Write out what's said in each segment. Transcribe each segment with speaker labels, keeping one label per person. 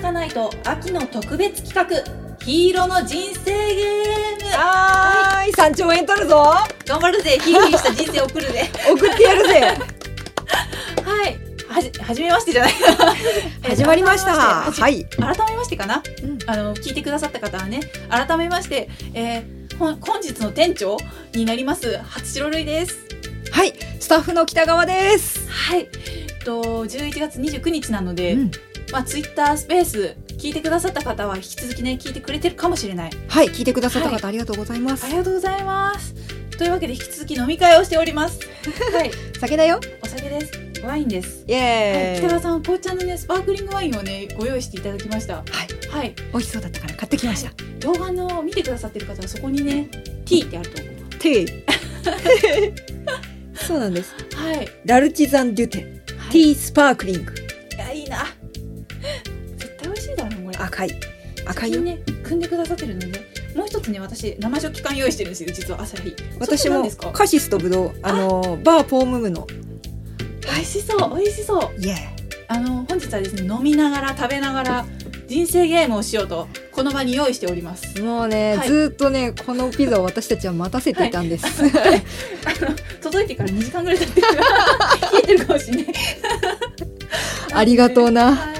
Speaker 1: かないと秋の特別企画ヒーローの人生ゲーム
Speaker 2: はーい、三兆円取るぞ。
Speaker 1: 頑張るぜヒリヒリした人生送るぜ
Speaker 2: 送ってやるぜ。
Speaker 1: はいはじはじめましてじゃ ない
Speaker 2: 始まりました。はい。
Speaker 1: 改めましてかな、
Speaker 2: うん
Speaker 1: あの聞いてくださった方はね改めまして、えー、ほん本日の店長になります初白類です
Speaker 2: はい、スタッフの北川です。
Speaker 1: はい、えっと11月29日なので、
Speaker 2: うん
Speaker 1: まあツイッタースペース聞いてくださった方は引き続きね聞いてくれてるかもしれない
Speaker 2: はい、聞いてくださった
Speaker 1: はい
Speaker 2: 方ありがとうございます
Speaker 1: あり。がとうございますというわけで引き続き飲み会をしておりますはい
Speaker 2: 酒だよ。
Speaker 1: お酒ですワインです
Speaker 2: イ
Speaker 1: はい、
Speaker 2: エ
Speaker 1: 北川
Speaker 2: ーイ。
Speaker 1: さん紅茶のねスパークリングワインをねご用意していただきましたはいはい
Speaker 2: 美味しそうだったから買ってきました。
Speaker 1: 動画の見てくださってる方はそこにね T ってあると思う
Speaker 2: ティー。そうなんです。
Speaker 1: はい、はい、
Speaker 2: ラルチザンデュテ。ティースパークリング。
Speaker 1: いやいいな 絶対美味しいだろうねこれ
Speaker 2: 赤い。赤い
Speaker 1: 先に
Speaker 2: よ。
Speaker 1: ね組んでくださってるのでもう一つね私生食器缶用意してるんですよ実は朝日
Speaker 2: 私
Speaker 1: それ何
Speaker 2: も
Speaker 1: ですか
Speaker 2: カシスとブドウ、あのーバーポームムの。
Speaker 1: 美味しそう美味しそう
Speaker 2: イエー
Speaker 1: あの本日はですね飲みながら食べながら人生ゲームをしようとこの場に用意しております
Speaker 2: イ。もうね、
Speaker 1: はい
Speaker 2: ずーっとね、このピザを私たちは待たせていたんです。
Speaker 1: あの届いてから2時間ぐらい経ってる 冷えてるかもしれない
Speaker 2: ありがとうな
Speaker 1: はい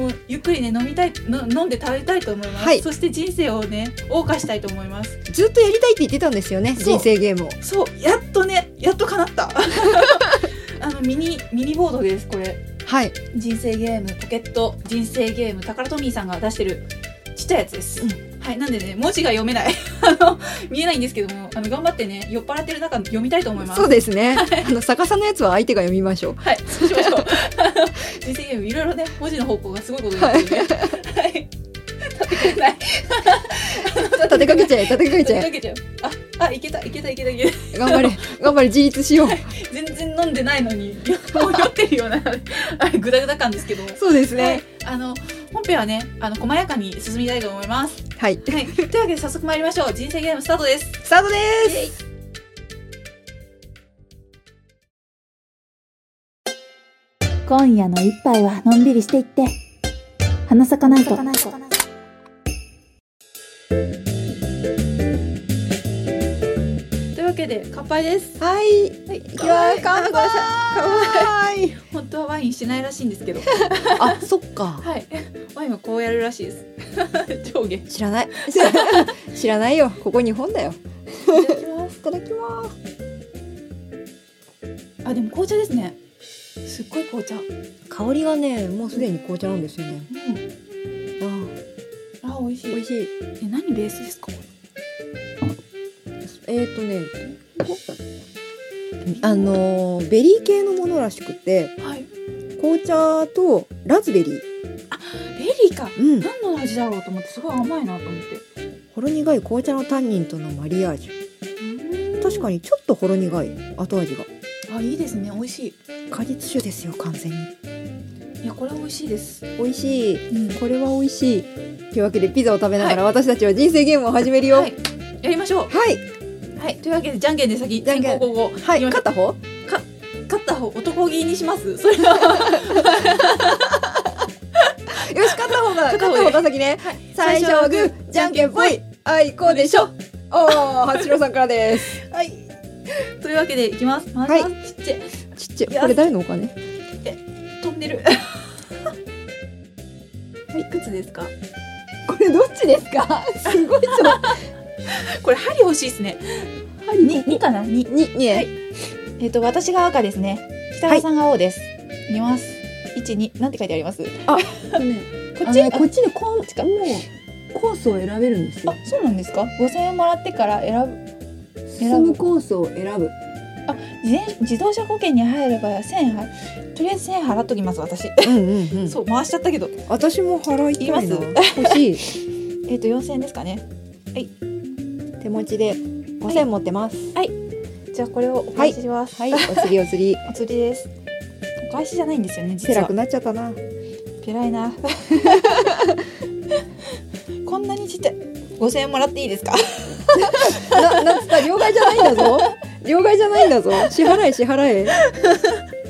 Speaker 1: もうゆっくりね飲みたいの飲んで食べたいと思います、
Speaker 2: はい
Speaker 1: そして人生をね謳歌したいと思います
Speaker 2: ずっとやりたいって言ってたんですよね、
Speaker 1: そう
Speaker 2: 人生ゲームを。
Speaker 1: そうやっとねやっと叶った あのミニミニボードですこれ
Speaker 2: はい。
Speaker 1: 人生ゲームポケット人生ゲームタカラトミーさんが出してるちっちゃいやつです、
Speaker 2: う
Speaker 1: はいなんでね文字が読めない あの見えないんですけどもあの頑張ってね酔っ払ってる中読みたいと思います
Speaker 2: そうですね。あの逆さのやつは相手が読みましょ う。
Speaker 1: はいそうしましょう あの人生ゲームいろいろね文字の方向がすごいことになってるんではい立てくれない
Speaker 2: 立てかけちゃえ、立てかけち
Speaker 1: 立
Speaker 2: ゃ
Speaker 1: てかけちゃうああいけたいけたいけたいけた
Speaker 2: え。頑張れ、頑張れ、自立しよう。
Speaker 1: 全然飲んでないのに もう酔ってるようなあれグダグダ感ですけど
Speaker 2: そうです
Speaker 1: はい
Speaker 2: ね。、
Speaker 1: あの本編はねあの細やかに進みたいと思います
Speaker 2: はい。
Speaker 1: はい、というわけで早速参りましょう人生ゲームスタートです
Speaker 2: スタートです
Speaker 3: 今夜の一杯はのんびりしていって花咲かないと
Speaker 1: というわけで乾杯です
Speaker 2: はい。
Speaker 1: はい、いき
Speaker 2: では、乾杯
Speaker 1: 本当はワインしてないらしいんですけど
Speaker 2: あ、そっか。
Speaker 1: はい、ワインはこうやるらしいです 上下い
Speaker 2: 知ら ない。知らないよ。ここ日本だよ。
Speaker 1: ただきます
Speaker 2: いただきます。
Speaker 1: あ、でも紅茶ですねすっごい紅茶うん
Speaker 2: 香りがね、もうすでに紅茶なんですよね。あー、
Speaker 1: あ、美味し
Speaker 2: 美
Speaker 1: い
Speaker 2: 味しい。
Speaker 1: え、何ベースですか
Speaker 2: えっ、ー、とね、あのーベリー系のものらしくて、
Speaker 1: はい、
Speaker 2: 紅茶とラズベリー。
Speaker 1: ベリーか
Speaker 2: うん。
Speaker 1: 何の味だろうと思ってすごい甘いなと思って
Speaker 2: ほろ苦い紅茶のタンニンとのマリアージュ確かにちょっとほろ苦い後味が
Speaker 1: あ、いいですね、美味しい
Speaker 2: 果実酒ですよ完全に
Speaker 1: いや、これは美味しいです
Speaker 2: 美味しい
Speaker 1: うん
Speaker 2: これは美味しいというわけでピザを食べながら私たちは人生ゲームを始めるよ
Speaker 1: は
Speaker 2: はい
Speaker 1: い、やりましょう
Speaker 2: はい、
Speaker 1: はい、というわけでじゃんけんで先
Speaker 2: じゃんけん
Speaker 1: 先攻後攻
Speaker 2: はい、
Speaker 1: 行きましょ
Speaker 2: 勝った方
Speaker 1: う勝った方男気にしますそれは
Speaker 2: よし勝った 方が
Speaker 1: 勝った
Speaker 2: 勝
Speaker 1: 方
Speaker 2: っ
Speaker 1: で
Speaker 2: た方が先ね
Speaker 1: はい
Speaker 2: 最初はグーじゃんけんぽいあいこうでしょおー八郎さんからです
Speaker 1: はいというわけでいきますまず
Speaker 2: はい
Speaker 1: はちっちゃい
Speaker 2: ちっちゃいこれ誰のお金
Speaker 1: 飛んでる はいいくつですか
Speaker 2: これどっちですか すごいちょっ
Speaker 1: これ針欲しいですね
Speaker 2: 針
Speaker 1: に二かな二
Speaker 2: とにに
Speaker 1: はいえっ、と私が赤ですね北
Speaker 2: 川
Speaker 1: さんが青です、見ます一二なんて書いてありますこ
Speaker 2: こ
Speaker 1: っち
Speaker 2: こっちにコーンもうコースを選べるんですよ
Speaker 1: そうなんですか五千円もらってから選ぶ
Speaker 2: 進むコースを選ぶ
Speaker 1: 自自動車保険に入れば千円はとりあえず千円払っときます私、
Speaker 2: うんうんうん
Speaker 1: そう回しちゃったけど
Speaker 2: 私も払いたいな
Speaker 1: 言い
Speaker 2: 欲しい
Speaker 1: えっ、と四千円ですかね
Speaker 2: 手持ちで5000円持ってます
Speaker 1: じゃあこれをお返しします。
Speaker 2: はい、お釣りお釣り
Speaker 1: お釣りです。お返しじゃないんですよね。実
Speaker 2: ペラ
Speaker 1: は
Speaker 2: く。なっちゃったな
Speaker 1: ペラいな。 こんなにちっちゃい。五千円もらっていいですか。
Speaker 2: ななんつった両替じゃないんだぞ 両替じゃないんだぞ支払え支払え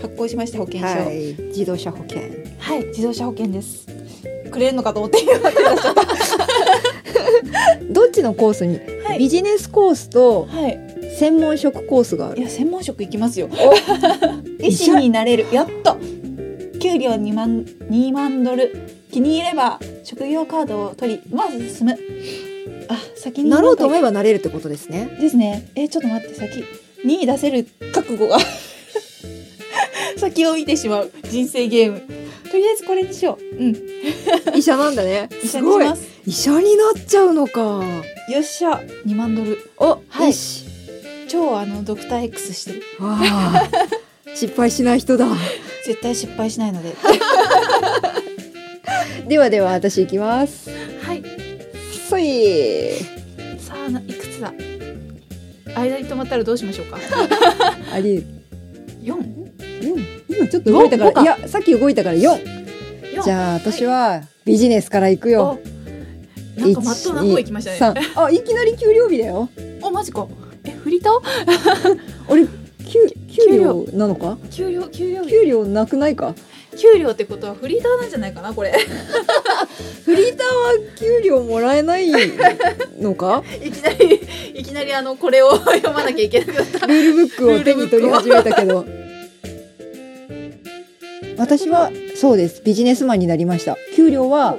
Speaker 1: 発行しました保険証。は、
Speaker 2: はいい自動車保険
Speaker 1: 自動車保険です。
Speaker 4: くれるのかと思って今手出しちゃった
Speaker 2: どっちのコースに、
Speaker 1: はい
Speaker 2: ビジネスコースと
Speaker 1: はい
Speaker 2: 専門職コースがあ
Speaker 1: い
Speaker 2: る
Speaker 1: や専門職行きますよ
Speaker 4: 医師になれるやっと給料2万2万ドル気に入れば職業カードを取りまず進むあ先に
Speaker 2: なろうと思
Speaker 4: い
Speaker 2: えばなれるってことですね
Speaker 4: ですねえちょっと待って先2位出せる覚悟が 先を見てしまう人生ゲームとりあえずこれにしよううん
Speaker 2: 医者なんだね
Speaker 4: 医者にし
Speaker 2: すごい
Speaker 4: ます
Speaker 2: 医者になっちゃうのか
Speaker 4: よっしゃ2万ドル
Speaker 2: お、
Speaker 4: はい
Speaker 2: よし
Speaker 4: 超あのドクター X してる
Speaker 2: わあ失敗しない人だ
Speaker 4: 絶対失敗しない ので
Speaker 2: ではでは私行きます
Speaker 4: はい
Speaker 2: そい
Speaker 4: さあないくつだ間に止まったらどうしましょうか
Speaker 2: あり
Speaker 4: 4
Speaker 2: うん今ちょっと動いた
Speaker 4: 五
Speaker 2: か
Speaker 4: から
Speaker 2: いやさっき動いたから四。
Speaker 1: 四
Speaker 2: じゃあ私はビジネスから行くよ、
Speaker 1: なんかまっとうな方行きましたね
Speaker 2: ねあいきなり給料日だよ
Speaker 4: おマジかえフリーター
Speaker 2: あれ給給料なのか
Speaker 1: 給料給料
Speaker 2: 給料なくないか
Speaker 1: 給料ってことはフリーターなんじゃないかなこれ
Speaker 2: フリーターは給料もらえないのか
Speaker 1: いきなりいきなりあのこれを読まなきゃいけなくなった
Speaker 2: ルールブックを手に取り始めたけど私はそうですビジネスマンになりました給料は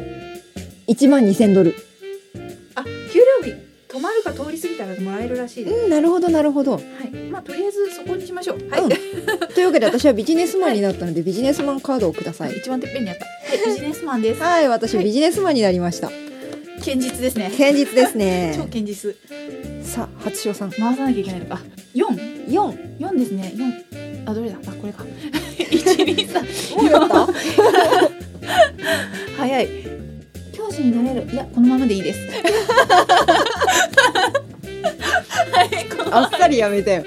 Speaker 2: 1万2000ドル
Speaker 1: あ給料日止まるか通り過ぎたらもらえるらしいです、
Speaker 2: うんなるほどなるほど
Speaker 1: はいまあとりあえずそこにしましょうはい、
Speaker 2: うんというわけで私はビジネスマンになったのでビジネスマンカードをください
Speaker 1: 一番てっぺんにあったはいビジネスマンです
Speaker 2: はい私
Speaker 1: はい
Speaker 2: ビジネスマンになりました
Speaker 1: 堅実ですね
Speaker 2: 堅実です
Speaker 1: 超
Speaker 2: ね
Speaker 1: 堅実
Speaker 2: さあ初代さん
Speaker 1: 回さなきゃいけないのか四
Speaker 2: 4
Speaker 1: 四ですね四あどれだあこれ か一二三
Speaker 2: もうやった
Speaker 1: 早い教師になれるいやこのままでいいです はいこの
Speaker 2: あっさりやめたよ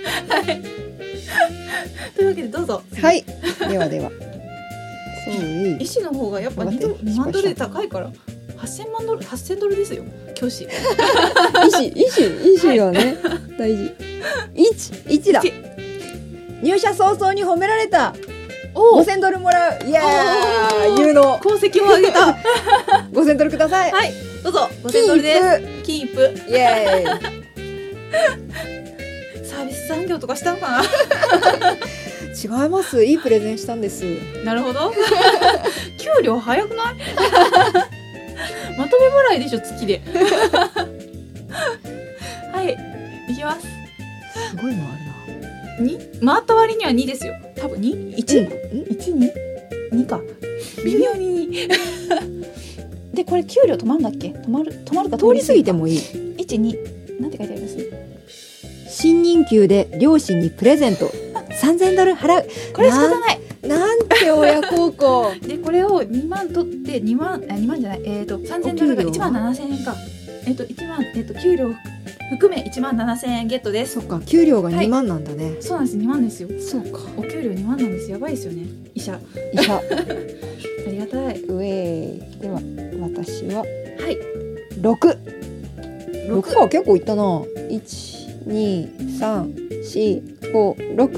Speaker 1: というわけでどうぞ
Speaker 2: はいではではそうい
Speaker 1: 医師の方がやっぱ2ドル
Speaker 2: 待って
Speaker 1: 2万ドルで高いから8000万ドル8000ドルですよ教師
Speaker 2: 医師医師医師はね、大事一一だ
Speaker 1: 一
Speaker 2: 入社早々に褒められた
Speaker 1: お
Speaker 2: 五千ドルもらうイエー
Speaker 1: お
Speaker 2: イ有能
Speaker 1: 功績を上げたは
Speaker 2: 五千ドルください
Speaker 1: いどうぞ5000ドルで
Speaker 2: キー
Speaker 1: すキープ
Speaker 2: プイエー
Speaker 1: サービス産業とかしたのか
Speaker 2: イ違いますいいプレゼンしたんです
Speaker 1: ななるほど 給料早くない まとめ払いでしょ月で はいいきます
Speaker 2: すごい回るな
Speaker 1: 二回った割には2ですよ多分2
Speaker 2: 一
Speaker 1: 1、
Speaker 4: 1に2か
Speaker 1: 微妙に2
Speaker 4: でこれ給料止まるんだっけ止まる止まるか
Speaker 2: 通り過ぎてもいい
Speaker 4: 12なんて書いてあります
Speaker 2: 新任給で両親にプレゼント三千ドル払う
Speaker 4: これ仕方ない
Speaker 2: なんて親孝行
Speaker 1: でこれを2万取って2万あ2万じゃないえっ、と3000ドルが
Speaker 2: お給
Speaker 1: 1
Speaker 2: 料
Speaker 1: 万7000円かえっ、と1万えっ、と給料含め1万7000円ゲットです
Speaker 2: そっか給料が
Speaker 1: はい
Speaker 2: 二万なんだね、
Speaker 1: そうなんです2万ですよ
Speaker 2: そうか
Speaker 1: お給料2万なんですやばいですよね医者あ
Speaker 2: 医者
Speaker 1: りがたい
Speaker 2: ウェイでは私は
Speaker 1: はい
Speaker 2: 六。
Speaker 1: 六
Speaker 2: 六は結構いったな。一、二、三、四、五、六。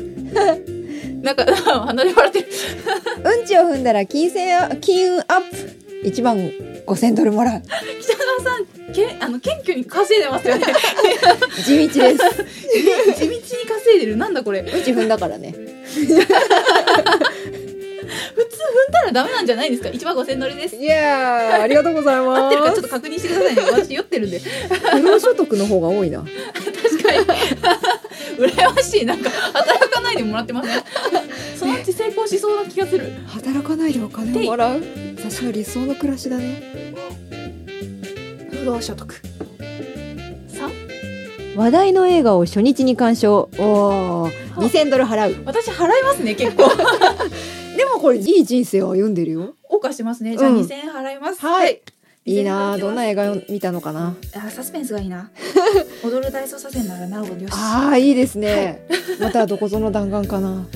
Speaker 1: なんか 離れ笑ってる
Speaker 2: うんちを踏んだら金銭ア金運アップ。一万五千ドルもら う。
Speaker 1: 北川さんけんあの謙虚に稼いでますよね
Speaker 2: 地道です。
Speaker 1: 地道に稼いでるなんだこれ
Speaker 2: うんち踏んだからね。
Speaker 1: 普通踏んだらダメなんじゃないですか1万5000ドルです
Speaker 2: いやー、ありがとうござい ま
Speaker 1: 合
Speaker 2: す。
Speaker 1: ってるかちょっと確認してくださいね私酔ってるんで
Speaker 2: 不労所得の方が多いな。
Speaker 1: 確かに羨ましいなんか働かないでもらってますねそのうち成功しそうな気がする
Speaker 2: 働かないでお金をもらう。私の理想の暮らしだね。
Speaker 1: 不労所得三
Speaker 2: 話題の映画を初日に鑑賞。おお、二千ドル払う。
Speaker 1: 私払いますね結構
Speaker 2: でもこれいい人生を歩んでるよ。
Speaker 1: 謳歌してますねじゃあ
Speaker 2: うん
Speaker 1: 2000円払います、
Speaker 2: はいいい
Speaker 1: 2000
Speaker 2: な
Speaker 1: 円
Speaker 2: ー、
Speaker 1: 払
Speaker 2: どんな
Speaker 1: ます
Speaker 2: 映画を見たのかな。
Speaker 1: あサスペンスがいい な踊る大捜査線ならなおよしあ
Speaker 2: ああいいですね。またはどこぞの弾丸かな。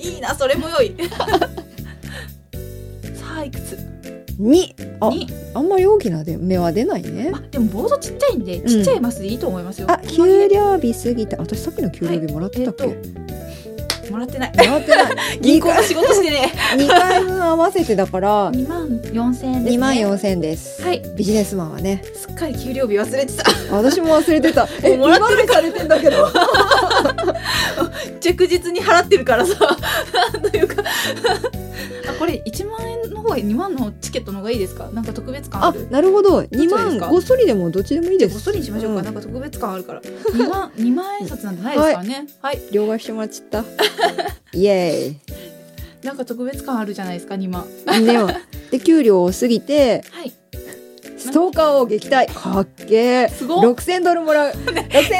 Speaker 1: いいなそれも良い さあいくつ
Speaker 2: にあ
Speaker 1: に
Speaker 2: あんまり大きなで目は出ないね
Speaker 1: あ。でもボードちっちゃいんで
Speaker 2: ん
Speaker 1: ちっちゃいマスでいいと思いますよ、
Speaker 2: あ給料日過ぎた。私さっきの給料日もらってたっけ？
Speaker 1: はいえっとももらってない
Speaker 2: 回ってない
Speaker 1: 銀行の仕事してね
Speaker 2: 2回分合わせてだ から
Speaker 1: 2万4千円です、ね、
Speaker 2: 2万4千です
Speaker 1: はい
Speaker 2: ビジネスマンはね
Speaker 1: すっかり給料日忘れてた
Speaker 2: 私も忘れてたえ
Speaker 1: もらって
Speaker 2: るされてんだ けど
Speaker 1: 着実に払ってるからさ なんというか あこれ1万円の方が2万のチケットの方がいいですかなんか特別感あ
Speaker 2: あ
Speaker 1: る
Speaker 2: なるほど
Speaker 1: いい
Speaker 2: 2
Speaker 1: ですか
Speaker 2: 万ごっそりでもどっちでもいい
Speaker 1: じゃあ
Speaker 2: で
Speaker 1: こっ
Speaker 2: す
Speaker 1: そりにしましょうか、
Speaker 2: ん
Speaker 1: なんか特別感あるから2万2万 円札なんてないですからねはい、
Speaker 2: 両替してもらっちゃった イエ
Speaker 1: なんか特別感あるじゃないですか2万
Speaker 2: ーイでもで給料を過 ぎて
Speaker 1: はい
Speaker 2: ストーカーを撃退かっけー
Speaker 1: すごっ
Speaker 2: 6000ドルもらう6000ドルくだ さ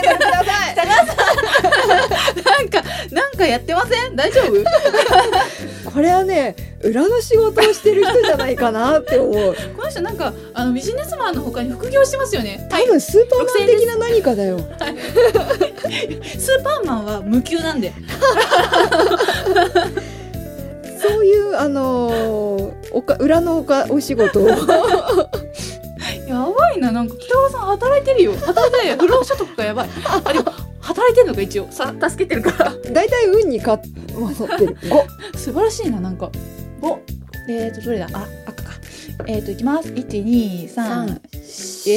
Speaker 2: い
Speaker 1: なんかなんかやってません大丈夫
Speaker 2: これはね裏の仕事をしてる人じゃないかなって 思う
Speaker 1: この人なんかあのビジネスマンの他に副業してますよね
Speaker 2: 多分スーパーマン的な何かだよ
Speaker 1: スーパーマンは無給なんで
Speaker 2: そういうあのーおか裏のおかお仕事 を
Speaker 1: やばいななんか北川さん働いてるよ働いてないよ不労所得がやばいあでも働いてるのか一応さ助けてるから
Speaker 2: 大体運にか勝ってる5
Speaker 1: 素晴らしいななんか
Speaker 4: おえっ、ー、とどれだあ赤かえっ、ー、といきます一二三え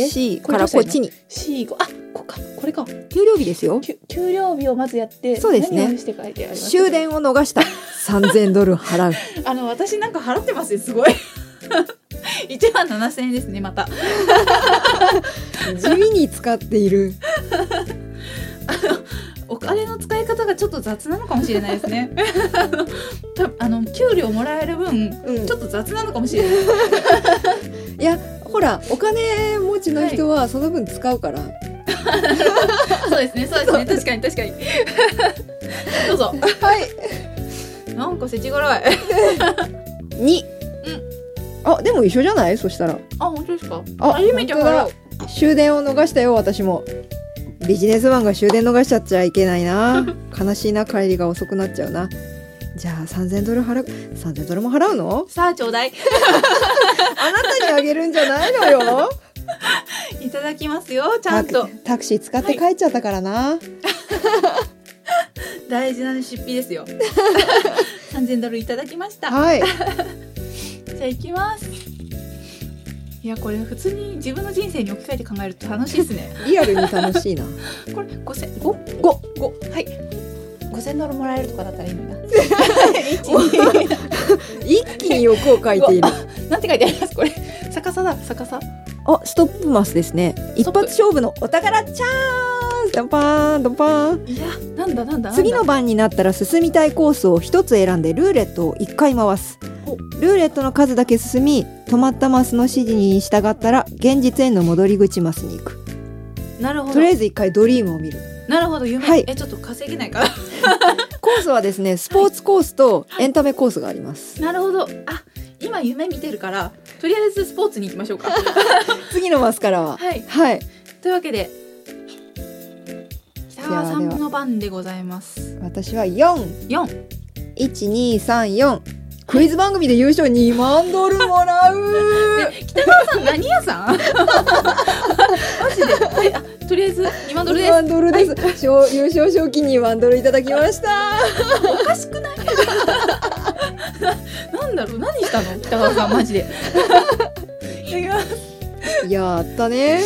Speaker 2: C からこっちに
Speaker 4: 四五あここかこれか
Speaker 2: 給料日ですよ
Speaker 4: 給給料日をまずやって
Speaker 2: そうですね
Speaker 4: 何をして書いてあります
Speaker 2: 終電を逃した3000ドル払う
Speaker 1: あの私なんか払ってますよすごい 1万7000円ですねまた
Speaker 2: 地味に使っている
Speaker 1: お金の使い方がちょっと雑なのかもしれないですね あのたあの給料もらえる分ち
Speaker 2: うん
Speaker 1: ょっと雑なのかもしれない
Speaker 2: いやほらお金持ちの人はその分使うから、
Speaker 1: そうですねそうですね確かに確かに どうぞ
Speaker 2: はい
Speaker 1: なんかせちがらい
Speaker 2: 2あでも一緒じゃないそしたら
Speaker 1: あ本当ですか
Speaker 2: あ
Speaker 1: 初めて
Speaker 2: 本当だ
Speaker 1: 払う
Speaker 2: 終電を逃したよ私もビジネスマンが終電逃しちゃっちゃいけない な悲しいな帰りが遅くなっちゃうなじゃあ3000ドル払う3000ドルも払うの
Speaker 1: さあちょうだい
Speaker 2: あなたにあげるんじゃないのよ
Speaker 1: いただきますよちゃんと
Speaker 2: タクタクシー使って帰っちゃったからな、
Speaker 1: 大事な出費です よ3000ドルいただきました
Speaker 2: はい、
Speaker 1: じゃあ行きますいやこれ普通に自分の人生に置き換えて考えると楽しいですね
Speaker 2: リアルに楽しい な
Speaker 1: これ5千五五五はい
Speaker 4: 五千ドルもらえるとかだったらいいのにな
Speaker 2: 一気に欲を書いている
Speaker 1: なんて書いてありますこれ逆さだ逆さ
Speaker 2: あストップマスですね一
Speaker 1: トップ
Speaker 2: 発勝負のお宝チャンスドンパーンドンパーン
Speaker 1: いやなんだなんだなんだ
Speaker 2: 次の番になったら進みたいコースを一つ選んでルーレットを一回回す
Speaker 1: お
Speaker 2: ルーレットの数だけ進み止まったマスの指示に従ったら現実への戻り口マスに行く
Speaker 1: なるほ
Speaker 2: と
Speaker 1: ど
Speaker 2: りあえず一回ドリームを見る
Speaker 1: なるほど夢、
Speaker 2: はい
Speaker 1: えちょっと稼げないから
Speaker 2: コースはですねスポーツコースとエンタメコースがあります、
Speaker 1: なるほどあ今夢見てるからとりあえずスポーツに行きましょうか
Speaker 2: 次のマスからは
Speaker 1: はい
Speaker 2: はい
Speaker 1: というわけで北川さんの番でございます
Speaker 2: 私は4
Speaker 1: 四
Speaker 2: 1 2 3 4クイズ番組で優勝2万ドルもらう
Speaker 1: 北川さん何屋さんマジではいあとりあえず2万ドルで
Speaker 2: 2
Speaker 1: す
Speaker 2: 万ドルです、賞優勝賞金2万ドルいただきました
Speaker 1: おかしくないなんだろう何したの 北川さんマジでいや
Speaker 2: やったね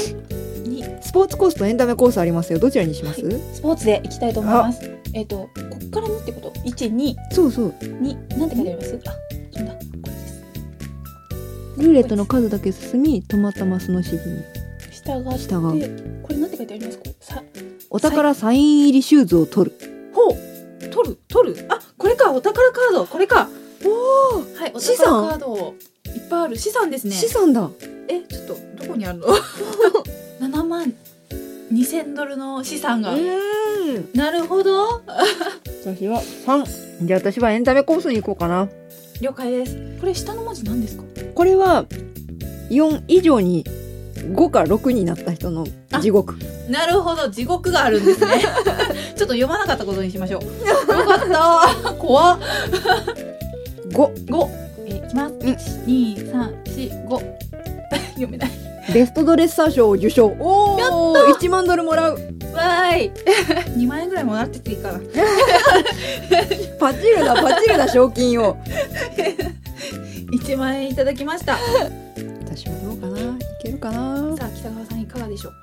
Speaker 1: に
Speaker 2: スポーツコースとエンタメコースありますよどちらにします、
Speaker 4: スポーツで行きたいと思いますえっ、とこっから二ってこと一二
Speaker 2: そうそう
Speaker 4: 二なんて書いてありますあそんなこれです
Speaker 2: ルーレットの数だけ進み止まったマスの指示に
Speaker 4: 下が
Speaker 2: 下が
Speaker 4: これなんて書いてありますかさ
Speaker 2: お宝サイン入りシューズを取る
Speaker 1: ほう取る取るあこれかお宝カードこれか
Speaker 2: おお、
Speaker 1: はいお
Speaker 2: 資
Speaker 1: 宝
Speaker 2: 産
Speaker 1: カードいっぱいある資産ですね
Speaker 2: 資産だ
Speaker 1: えちょっとどこにあるの 7万2000ドルの資産が
Speaker 2: ん
Speaker 1: なるほど
Speaker 2: 私は3じゃあ私はエンタメコースに行こうかな
Speaker 1: 了解ですこれ下の文字何ですか
Speaker 2: これは4以上に5か6になった人の地獄
Speaker 1: なるほど地獄があるんです ねちょっと読まなかったことにしましょうよかった怖っ
Speaker 2: 5
Speaker 1: 五えーいきます
Speaker 2: ん
Speaker 1: 一二三四五 読めない
Speaker 2: ベストドレッサー賞を受賞おお1万ドルもらう
Speaker 1: わ ーい2万円ぐらいもらってていいかな
Speaker 2: パチるなパチ るな賞金を
Speaker 1: 1万円いただきましたさ
Speaker 2: 私もどうかないけるかな
Speaker 1: あ北川さんいかがでしょう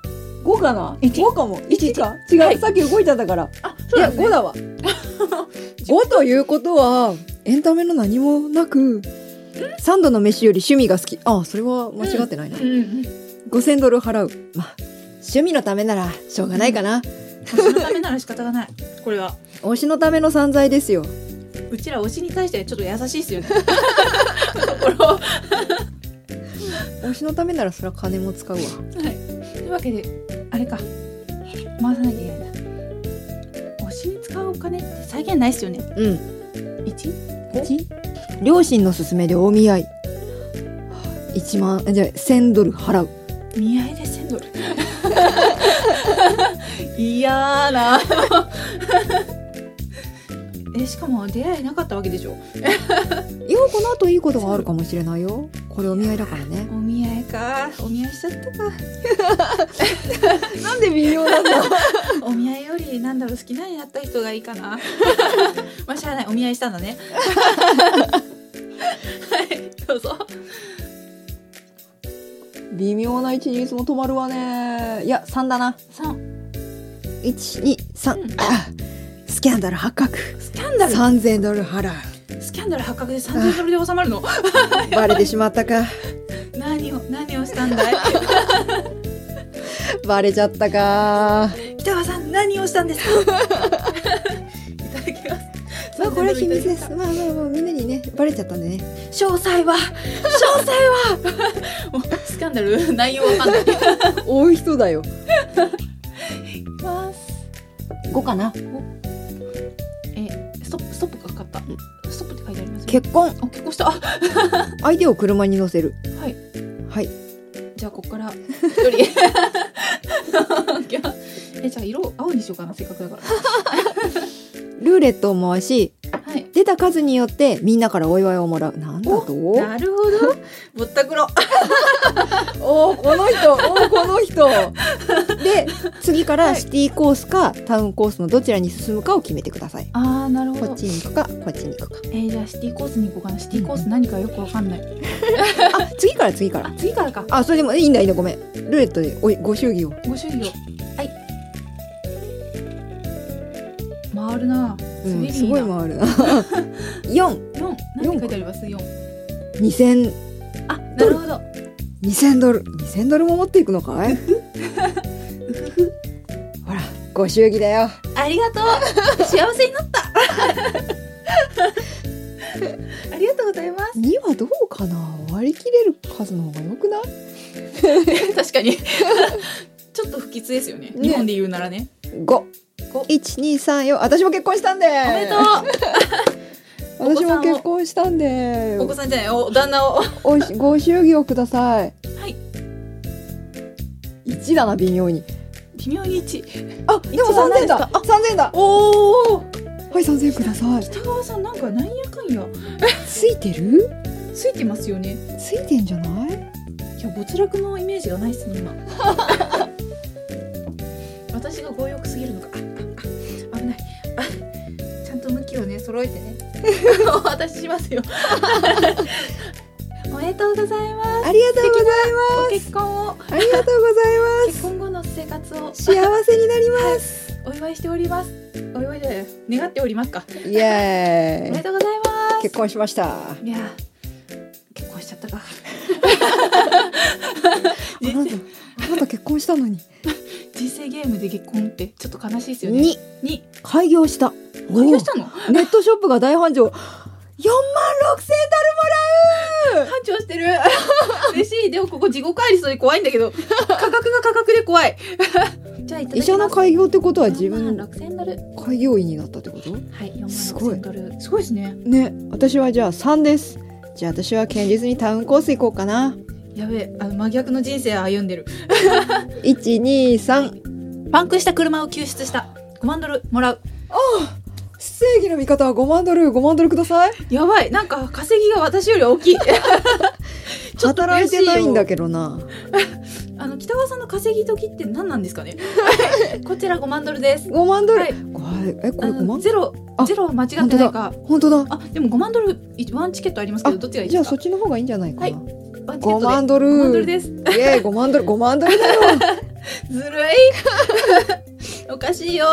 Speaker 2: 5かな
Speaker 4: 一
Speaker 2: 5かも1か違う、
Speaker 1: はい
Speaker 2: さっき動いちゃったから
Speaker 1: あ
Speaker 2: いや5だわ 5ということはエンタメの何もなく3度の飯より趣味が好きあそれは間違ってないな、
Speaker 1: うん うん
Speaker 2: 5000ドル払うまあ趣味のためならしょうがないかな、
Speaker 1: 私のためなら仕方がないこれは
Speaker 2: 推しのための散財ですよ
Speaker 1: うちら推しに対してちょっと優しいっすよ ね心をは
Speaker 2: 推しのためならそれは金も使うわ
Speaker 1: いというわけであれか回さなきゃいけないんだ推しに使うお金って再現ないっすよね
Speaker 2: うん
Speaker 1: 1
Speaker 2: 両親の勧めでお見合い1万じゃあ1000ドル払う
Speaker 1: 見合いで1000ドル嫌な えしかも出会いなかったわけでしょ
Speaker 2: いやこの後いいことがあるかもしれないよこれお見合いだからね
Speaker 1: お見合いかお見合いしちゃったか
Speaker 2: なんで微妙なんだ
Speaker 1: お見合いよりなんだろう好きなになった人がいいか なまあしゃあないお見合いしたんだね はいどうぞ
Speaker 2: 微妙な位置にいつも止まるわねいや3だな
Speaker 1: 三
Speaker 2: 123、
Speaker 1: うん
Speaker 2: あスキャンダル発覚
Speaker 1: スキャンダル
Speaker 2: 3000ドル払う
Speaker 1: スキャンダル発覚で三千ドルで収まるの
Speaker 2: バレてしまった か
Speaker 1: 何を何をしたんだい
Speaker 2: バレちゃった か
Speaker 1: 北川さん何をしたんです かいただき ます
Speaker 2: まあこれは秘密です
Speaker 1: 3000
Speaker 2: まあまあまあみんなにねバレちゃったんでね
Speaker 1: 詳細は詳細は もうスキャンダル内容わかんない
Speaker 2: 多い人だ よ
Speaker 1: ます
Speaker 2: 5かな
Speaker 1: えストップストップがかかったストップって書いてありますよ
Speaker 2: 結婚
Speaker 1: あ結構したあ
Speaker 2: 相手を車に乗せる
Speaker 1: はい
Speaker 2: はい
Speaker 1: じゃあここから一人 えじゃあ色青にしようかなせっかくだか
Speaker 2: ルーレットを回し
Speaker 1: らはい
Speaker 2: 出た数によってみんなからお祝いをもらうなんだとお
Speaker 1: なるほどぼったくろ
Speaker 2: おこの人おこの人 で次からシティコースかタウンコースのどちらに進むかを決めてください
Speaker 1: あーなるほ
Speaker 2: こっ
Speaker 1: ど
Speaker 2: ちに行くかこっちに行くか
Speaker 1: えーじゃあシティコースに行こうかなシティコース何かよくわかんない
Speaker 2: あ次から次から
Speaker 1: あ次からか
Speaker 2: あそれでもいいんだいいんだごめんルーレットでおいご祝儀を
Speaker 1: ご祝儀をはい回るな
Speaker 2: うん、
Speaker 1: 滑
Speaker 2: す
Speaker 1: り
Speaker 2: ごい
Speaker 1: な、
Speaker 2: 回るな 4
Speaker 1: 四何て書いてあります四
Speaker 2: 2000
Speaker 1: あなるほど
Speaker 2: 2000ドル2000ドルも持っていくのかいほらご祝儀だよ
Speaker 1: ありがとう 幸せになったありがとうございます
Speaker 2: 2はどうかな割り切れる数の方がよくな い
Speaker 1: 確かにちょっと不吉ですよね
Speaker 2: ね
Speaker 1: 日本で言うならね
Speaker 2: ?5123 私も結婚したんで
Speaker 1: おめでとう
Speaker 2: 私
Speaker 1: お子さ
Speaker 2: も
Speaker 1: んを
Speaker 2: 結婚したんで
Speaker 1: うお子さんじゃないお旦那を
Speaker 2: おしご祝儀をください
Speaker 1: はい
Speaker 2: 1だな微妙に
Speaker 1: 微妙に1
Speaker 2: あで
Speaker 1: 一
Speaker 2: も
Speaker 1: はないで
Speaker 2: 3000
Speaker 1: す
Speaker 2: だ
Speaker 1: か
Speaker 2: 3000だ
Speaker 1: おお
Speaker 2: はい3000ください
Speaker 1: 北川さんなんかなんやかんや
Speaker 2: ついてる
Speaker 1: ついてますよね
Speaker 2: ついてんじゃない
Speaker 1: いや没落のイメージがないっすね 今私が強欲すぎるのかあああ危ない あちゃんと向きをね揃えて ねお渡ししますよ おめでとうございます
Speaker 2: ありがとうござい
Speaker 1: ご結婚を
Speaker 2: ますありがとうございます
Speaker 1: 結婚後の生活を
Speaker 2: 幸せになります。
Speaker 1: お祝いしております。お祝いじゃない願っておりますか。
Speaker 2: イエ
Speaker 1: おめ
Speaker 2: ー
Speaker 1: で
Speaker 2: イ。
Speaker 1: とうございま
Speaker 2: 結婚しました。
Speaker 1: す。いやー、結婚しちゃったか。人
Speaker 2: あなた
Speaker 1: 生、
Speaker 2: あなた結婚したのに。
Speaker 1: 人生ゲームで結婚ってちょっと悲しいですよね。
Speaker 2: に、
Speaker 1: に、
Speaker 2: 開業した。
Speaker 1: 開業したの？
Speaker 2: おうネットショップが大繁盛。四万六千
Speaker 1: 繁盛してる。 嬉しい。でもここ地獄アリスで怖いんだけど、価格が価格で怖い。 じゃあいただきます。
Speaker 2: 医者の開業ってことは自分
Speaker 1: 六千ドル。
Speaker 2: 開業医になったってこと？
Speaker 1: はい、四万
Speaker 2: す
Speaker 1: 六
Speaker 2: ごい
Speaker 1: 千ドル。すごいですね。
Speaker 2: ね、私はじゃあ三です。じゃあ私は堅実にタウンコース行こうかな。
Speaker 1: やべえ、あの真逆の人生歩んでる。
Speaker 2: 一二三。
Speaker 1: パンクした車を救出した。五万ドルもらう。
Speaker 2: 正義の味方は五万ドル、五万ドルください。
Speaker 1: やばいなんか稼ぎが私より大きいちちょっと
Speaker 2: 働いてないんだ
Speaker 1: け
Speaker 2: けどな
Speaker 1: どあの北川さんの稼ぎ時って何なんです かねこちら5万ドルです
Speaker 2: 5万ドル、
Speaker 1: はい
Speaker 2: これえこ
Speaker 1: あ
Speaker 2: れ5
Speaker 1: の
Speaker 2: 万
Speaker 1: ゼロ
Speaker 2: あ
Speaker 1: ゼロ間違ってないか
Speaker 2: 本当だ
Speaker 1: あでも5万ドルいワンチケットありますけど
Speaker 2: あ
Speaker 1: どっちがいい
Speaker 2: じ
Speaker 1: で
Speaker 2: ゃあ
Speaker 1: す
Speaker 2: そっ
Speaker 1: か
Speaker 2: ちの方がいいんじゃないかな、
Speaker 1: はいワンチケット
Speaker 2: 5
Speaker 1: で
Speaker 2: 万ドル
Speaker 1: 5万ドルです
Speaker 2: イエーイ5万ドル5万ドルだよ
Speaker 1: ずる いおかしいよ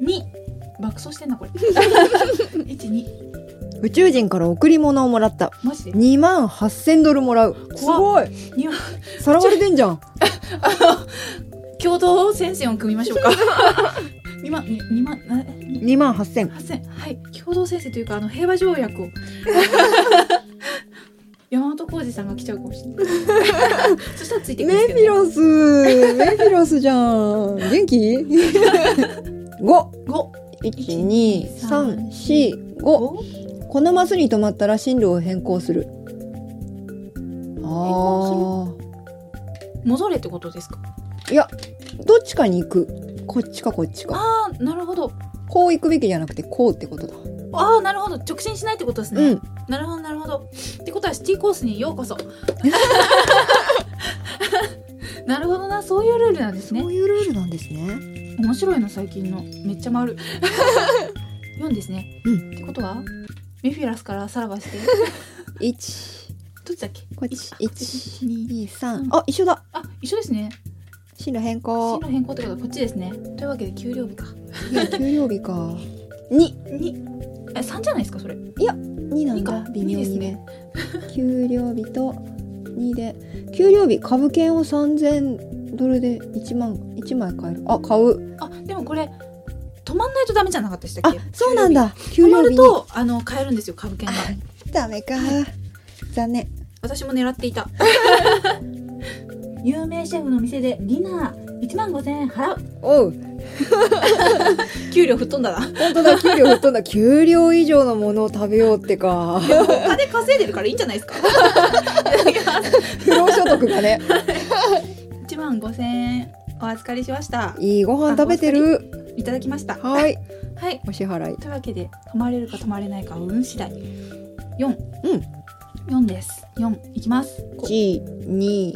Speaker 1: 2爆走してんな これ12
Speaker 2: 宇宙人から贈り物をもらった
Speaker 1: マジで
Speaker 2: 2万8000ドルもらうすごい
Speaker 1: 二万
Speaker 2: さらわれてんじゃん
Speaker 1: 共同戦線を組みましょうか 2万に2万な
Speaker 2: 2万8000
Speaker 1: 8000はい共同戦線というかあの平和条 約を山本浩二さんが来ちゃうかもし れないそしたらついてくるんです
Speaker 2: メ
Speaker 1: け
Speaker 2: フィ
Speaker 1: ど、ね、
Speaker 2: ロスメフィロスじゃん元 気5
Speaker 1: 5
Speaker 2: 1 2 3 4 5
Speaker 1: 5
Speaker 2: このマスに止まったら進路を変更するあ
Speaker 1: 更戻れってことですか
Speaker 2: あどっちかに行くこっちかこっちか
Speaker 1: ああなるほど
Speaker 2: こう行くべきじゃなくてこうってことだ
Speaker 1: ああなるほど直進しないってことですね、
Speaker 2: うん
Speaker 1: なるほどなるほど。ってことはシティコースにようこそ。 なるほどなそういうルールなんですね
Speaker 2: そう。いうルールなんですね
Speaker 1: 面白いの最近のめっちゃ回る。4ですね。
Speaker 2: うん
Speaker 1: ってことはメフィラスからさらばして
Speaker 2: 1
Speaker 1: どっちだっけ？
Speaker 2: こっち
Speaker 1: 一二
Speaker 2: 2 3
Speaker 1: うん
Speaker 2: あ一緒だ
Speaker 1: あ一緒ですね。
Speaker 2: 進路変
Speaker 1: 進
Speaker 2: 更
Speaker 1: 路変更ってことはこっちですね。というわけで給料日か。
Speaker 2: いや給料日か2
Speaker 1: 2え三じゃないですかそれ。
Speaker 2: 2なん
Speaker 1: 二
Speaker 2: だ
Speaker 1: か
Speaker 2: 微妙にね
Speaker 1: 二
Speaker 2: 給料日と2で給料日株券を3000ドルで1万1枚買えるあ買う
Speaker 1: あでもこれ止まんないとダメじゃなかったでしたっ
Speaker 2: あ
Speaker 1: け？
Speaker 2: そうなんだ
Speaker 1: 給
Speaker 2: 給
Speaker 1: 料
Speaker 2: 料
Speaker 1: 日。止
Speaker 2: 日に
Speaker 1: まるとあの買えるんですよ株券が。
Speaker 2: ダメか残念
Speaker 1: 私も狙っていた 有名シェフの店でディナー1万5000円払う
Speaker 2: おう
Speaker 1: 給料吹っ飛んだな
Speaker 2: 本当だ給料吹っ飛んだ給料以上のものを食べようってか
Speaker 1: お金稼いでるからいいんじゃないですか
Speaker 2: 不労所得がね
Speaker 1: 1万5000円お預かりしました
Speaker 2: いいご飯食べてる
Speaker 1: いただきましたは
Speaker 2: はい
Speaker 1: い
Speaker 2: お支払い
Speaker 1: というわけで泊まれるか泊まれないかは運次第4
Speaker 2: うん
Speaker 1: 4です4いきます
Speaker 2: 1234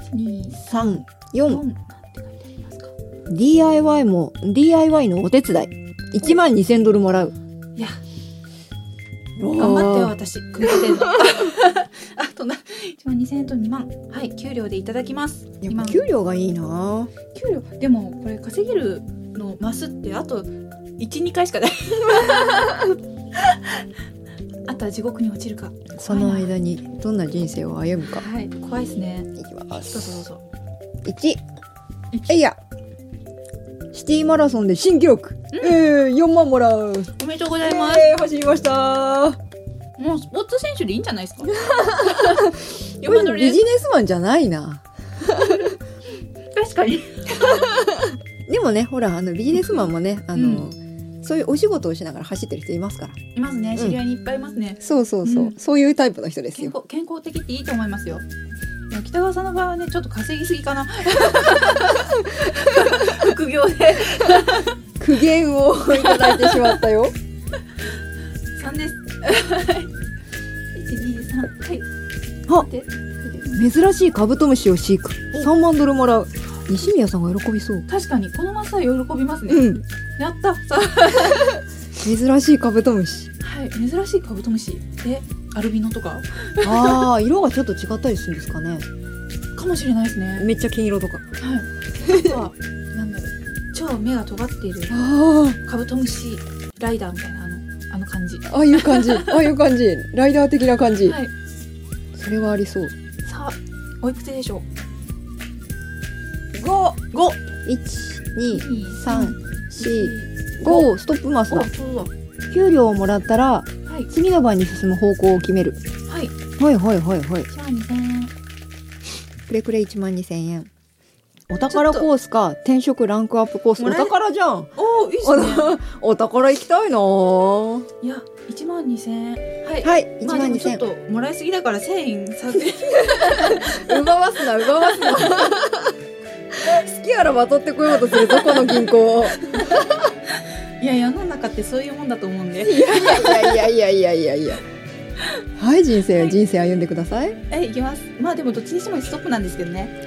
Speaker 1: 123 4なんて書いてありますか
Speaker 2: DIY も DIY のお手伝い1万2000ドルもらう
Speaker 1: いや頑張ったよ私組み立てるの あとな1万2000円と2万はい給料でいただきます
Speaker 2: や
Speaker 1: 2
Speaker 2: っぱ
Speaker 1: 万
Speaker 2: 給料がいいな
Speaker 1: 給料でもこれ稼げるのマスってあと12回し かないあとは地獄に落ちるか
Speaker 2: その間にどんな人生を歩むか
Speaker 1: はい怖いですね
Speaker 2: いきま
Speaker 1: どうぞどうぞ
Speaker 2: 1えいやシティマラソンで新記録えー、4万もらう
Speaker 1: おめでとうございます、
Speaker 2: えー、走りました
Speaker 1: もうスポーツ選手でいいんじゃないです か
Speaker 2: こ
Speaker 1: 4
Speaker 2: れ
Speaker 1: 万ドル
Speaker 2: ビ
Speaker 1: です
Speaker 2: ジネスマンじゃないな
Speaker 1: 確かに
Speaker 2: でもねほらあのビジネスマンもねあの、そういうお仕事をしながら走ってる人いますから
Speaker 1: いますね知り合いにいっぱいいますね、
Speaker 2: そうそうそう、
Speaker 1: うん
Speaker 2: そういうタイプの人です
Speaker 1: 健
Speaker 2: よ
Speaker 1: 康健康的っていいと思いますよいや北川さんの場合はねちょっと稼ぎすぎかな 副業で
Speaker 2: 苦言をいただいてしまったよ
Speaker 1: 3です123はい
Speaker 2: あ
Speaker 1: 待って書いてる
Speaker 2: 珍しいカブトムシを飼育3万ドルもらう西宮さんが喜びそう
Speaker 1: 確かにこのマスは喜びますね、
Speaker 2: うん
Speaker 1: やったさあ
Speaker 2: 珍しいカブトムシ
Speaker 1: はい珍しいカブトムシでアルビノとか
Speaker 2: ああ色がちょっと違ったりするんですかね
Speaker 1: かもしれないですね
Speaker 2: めっちゃ金色とか
Speaker 1: はいあとはなんだろう超目が尖っている
Speaker 2: あ
Speaker 1: カブトムシライダーみたいなあのあの感じは
Speaker 2: あああいう感じああいう感じライダー的な感じ、
Speaker 1: い
Speaker 2: それはありそう
Speaker 1: さあおいくつでしょう5
Speaker 2: 5 1 2 3 4
Speaker 1: 345
Speaker 2: 5ストップマス
Speaker 1: お
Speaker 2: だ
Speaker 1: そうだ
Speaker 2: 給料をもらったら
Speaker 1: はい
Speaker 2: 次の番に進む方向を決める
Speaker 1: はい
Speaker 2: はいはいはいはい
Speaker 1: 1万2000円
Speaker 2: くれくれ1万2000円お宝コースか転職ランクアップコース
Speaker 1: も
Speaker 2: お
Speaker 1: らえ
Speaker 2: 宝じゃん
Speaker 1: おおいいです
Speaker 2: お
Speaker 1: ね
Speaker 2: お宝行きたいなはい
Speaker 1: や1万2000円はい、
Speaker 2: い1
Speaker 1: まあ
Speaker 2: 万
Speaker 1: でもちょっ
Speaker 2: 2000
Speaker 1: ともらいすぎだから1000円差 で
Speaker 2: 円奪わすな奪わすな好きあらば取ってこようとするぞこの銀行
Speaker 1: いや世の中ってそういうもんだと思うんで
Speaker 2: いやいやいやいやいやいやいやいやはい人生、人生歩んでください
Speaker 1: えいきますまあでもどっちにしてもストップなんですけどね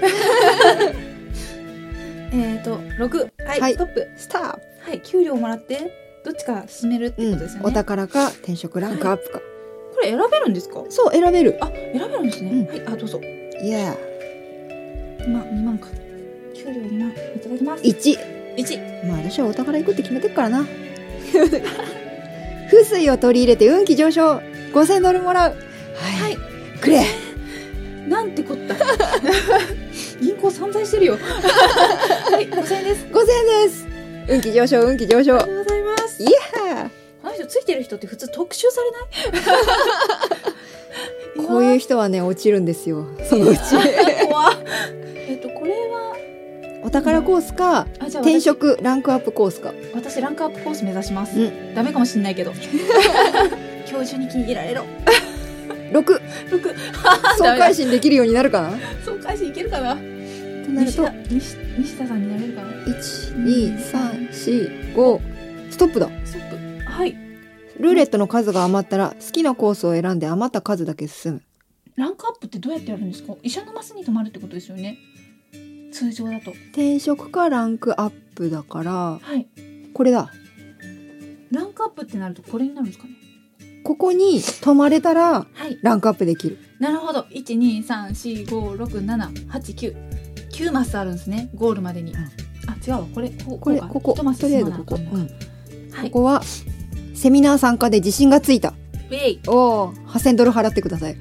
Speaker 1: えっと6はい、
Speaker 2: はい
Speaker 1: ストップ
Speaker 2: スター
Speaker 1: はい給料もらってどっちか進めるっていう
Speaker 2: う
Speaker 1: ことですよ
Speaker 2: ん、
Speaker 1: ね、
Speaker 2: お宝か転職ランクアップか、
Speaker 1: これ選べるんですか
Speaker 2: そう選べる
Speaker 1: あ選べるんですね、
Speaker 2: うん
Speaker 1: はいあどうぞ
Speaker 2: いや
Speaker 1: 2万2万か給料2万いただきます
Speaker 2: 1
Speaker 1: 1
Speaker 2: まあ私はお宝行くって決めてっからな 風水を取り入れて運気上昇5000ドルもらうはい、くれ
Speaker 1: なんてこった 銀行散財してるよ はい5000円です
Speaker 2: 5000です運気上昇運気上昇
Speaker 1: ありがとうございます
Speaker 2: いや
Speaker 1: あの人ついてる人って普通特集されない
Speaker 2: ーこういう人はね落ちるんですよそのうち
Speaker 1: 怖っえっとこれは
Speaker 2: お宝コースか
Speaker 1: あじゃあ私
Speaker 2: 転職ランクアップコースか
Speaker 1: 私ランクアップコース目指します、
Speaker 2: う
Speaker 1: ダメかもしんないけ ど今日中に気に入れられろ
Speaker 2: 6
Speaker 1: 6
Speaker 2: 総会心できるようになるかな
Speaker 1: そう返しいけるかな
Speaker 2: となると
Speaker 1: 西田西西田さんになれるかな
Speaker 2: 12345ストップだ
Speaker 1: ストップはい
Speaker 2: ルーレットの数が余ったら好きなコースを選んで余った数だけ進む
Speaker 1: ランクアップってどうやってやるんですか医者のマスに止まるってことですよね通常だと
Speaker 2: 転職かランクアップだから
Speaker 1: はい
Speaker 2: これだ
Speaker 1: ランクアップってなるとこれになるんですかね
Speaker 2: ここに泊まれたら
Speaker 1: はい
Speaker 2: ランクアップできる
Speaker 1: なるほど123456789 9マスあるんですねゴールまでに、
Speaker 2: ん
Speaker 1: あ違うわこれこ
Speaker 2: これ
Speaker 1: うか
Speaker 2: ここ
Speaker 1: 一マス
Speaker 2: とりあえずここ、
Speaker 1: 進ま
Speaker 2: う
Speaker 1: なんは
Speaker 2: こ
Speaker 1: い
Speaker 2: こはセミナー参加で自信がついた
Speaker 1: ウェイ
Speaker 2: おお8000ドル払ってください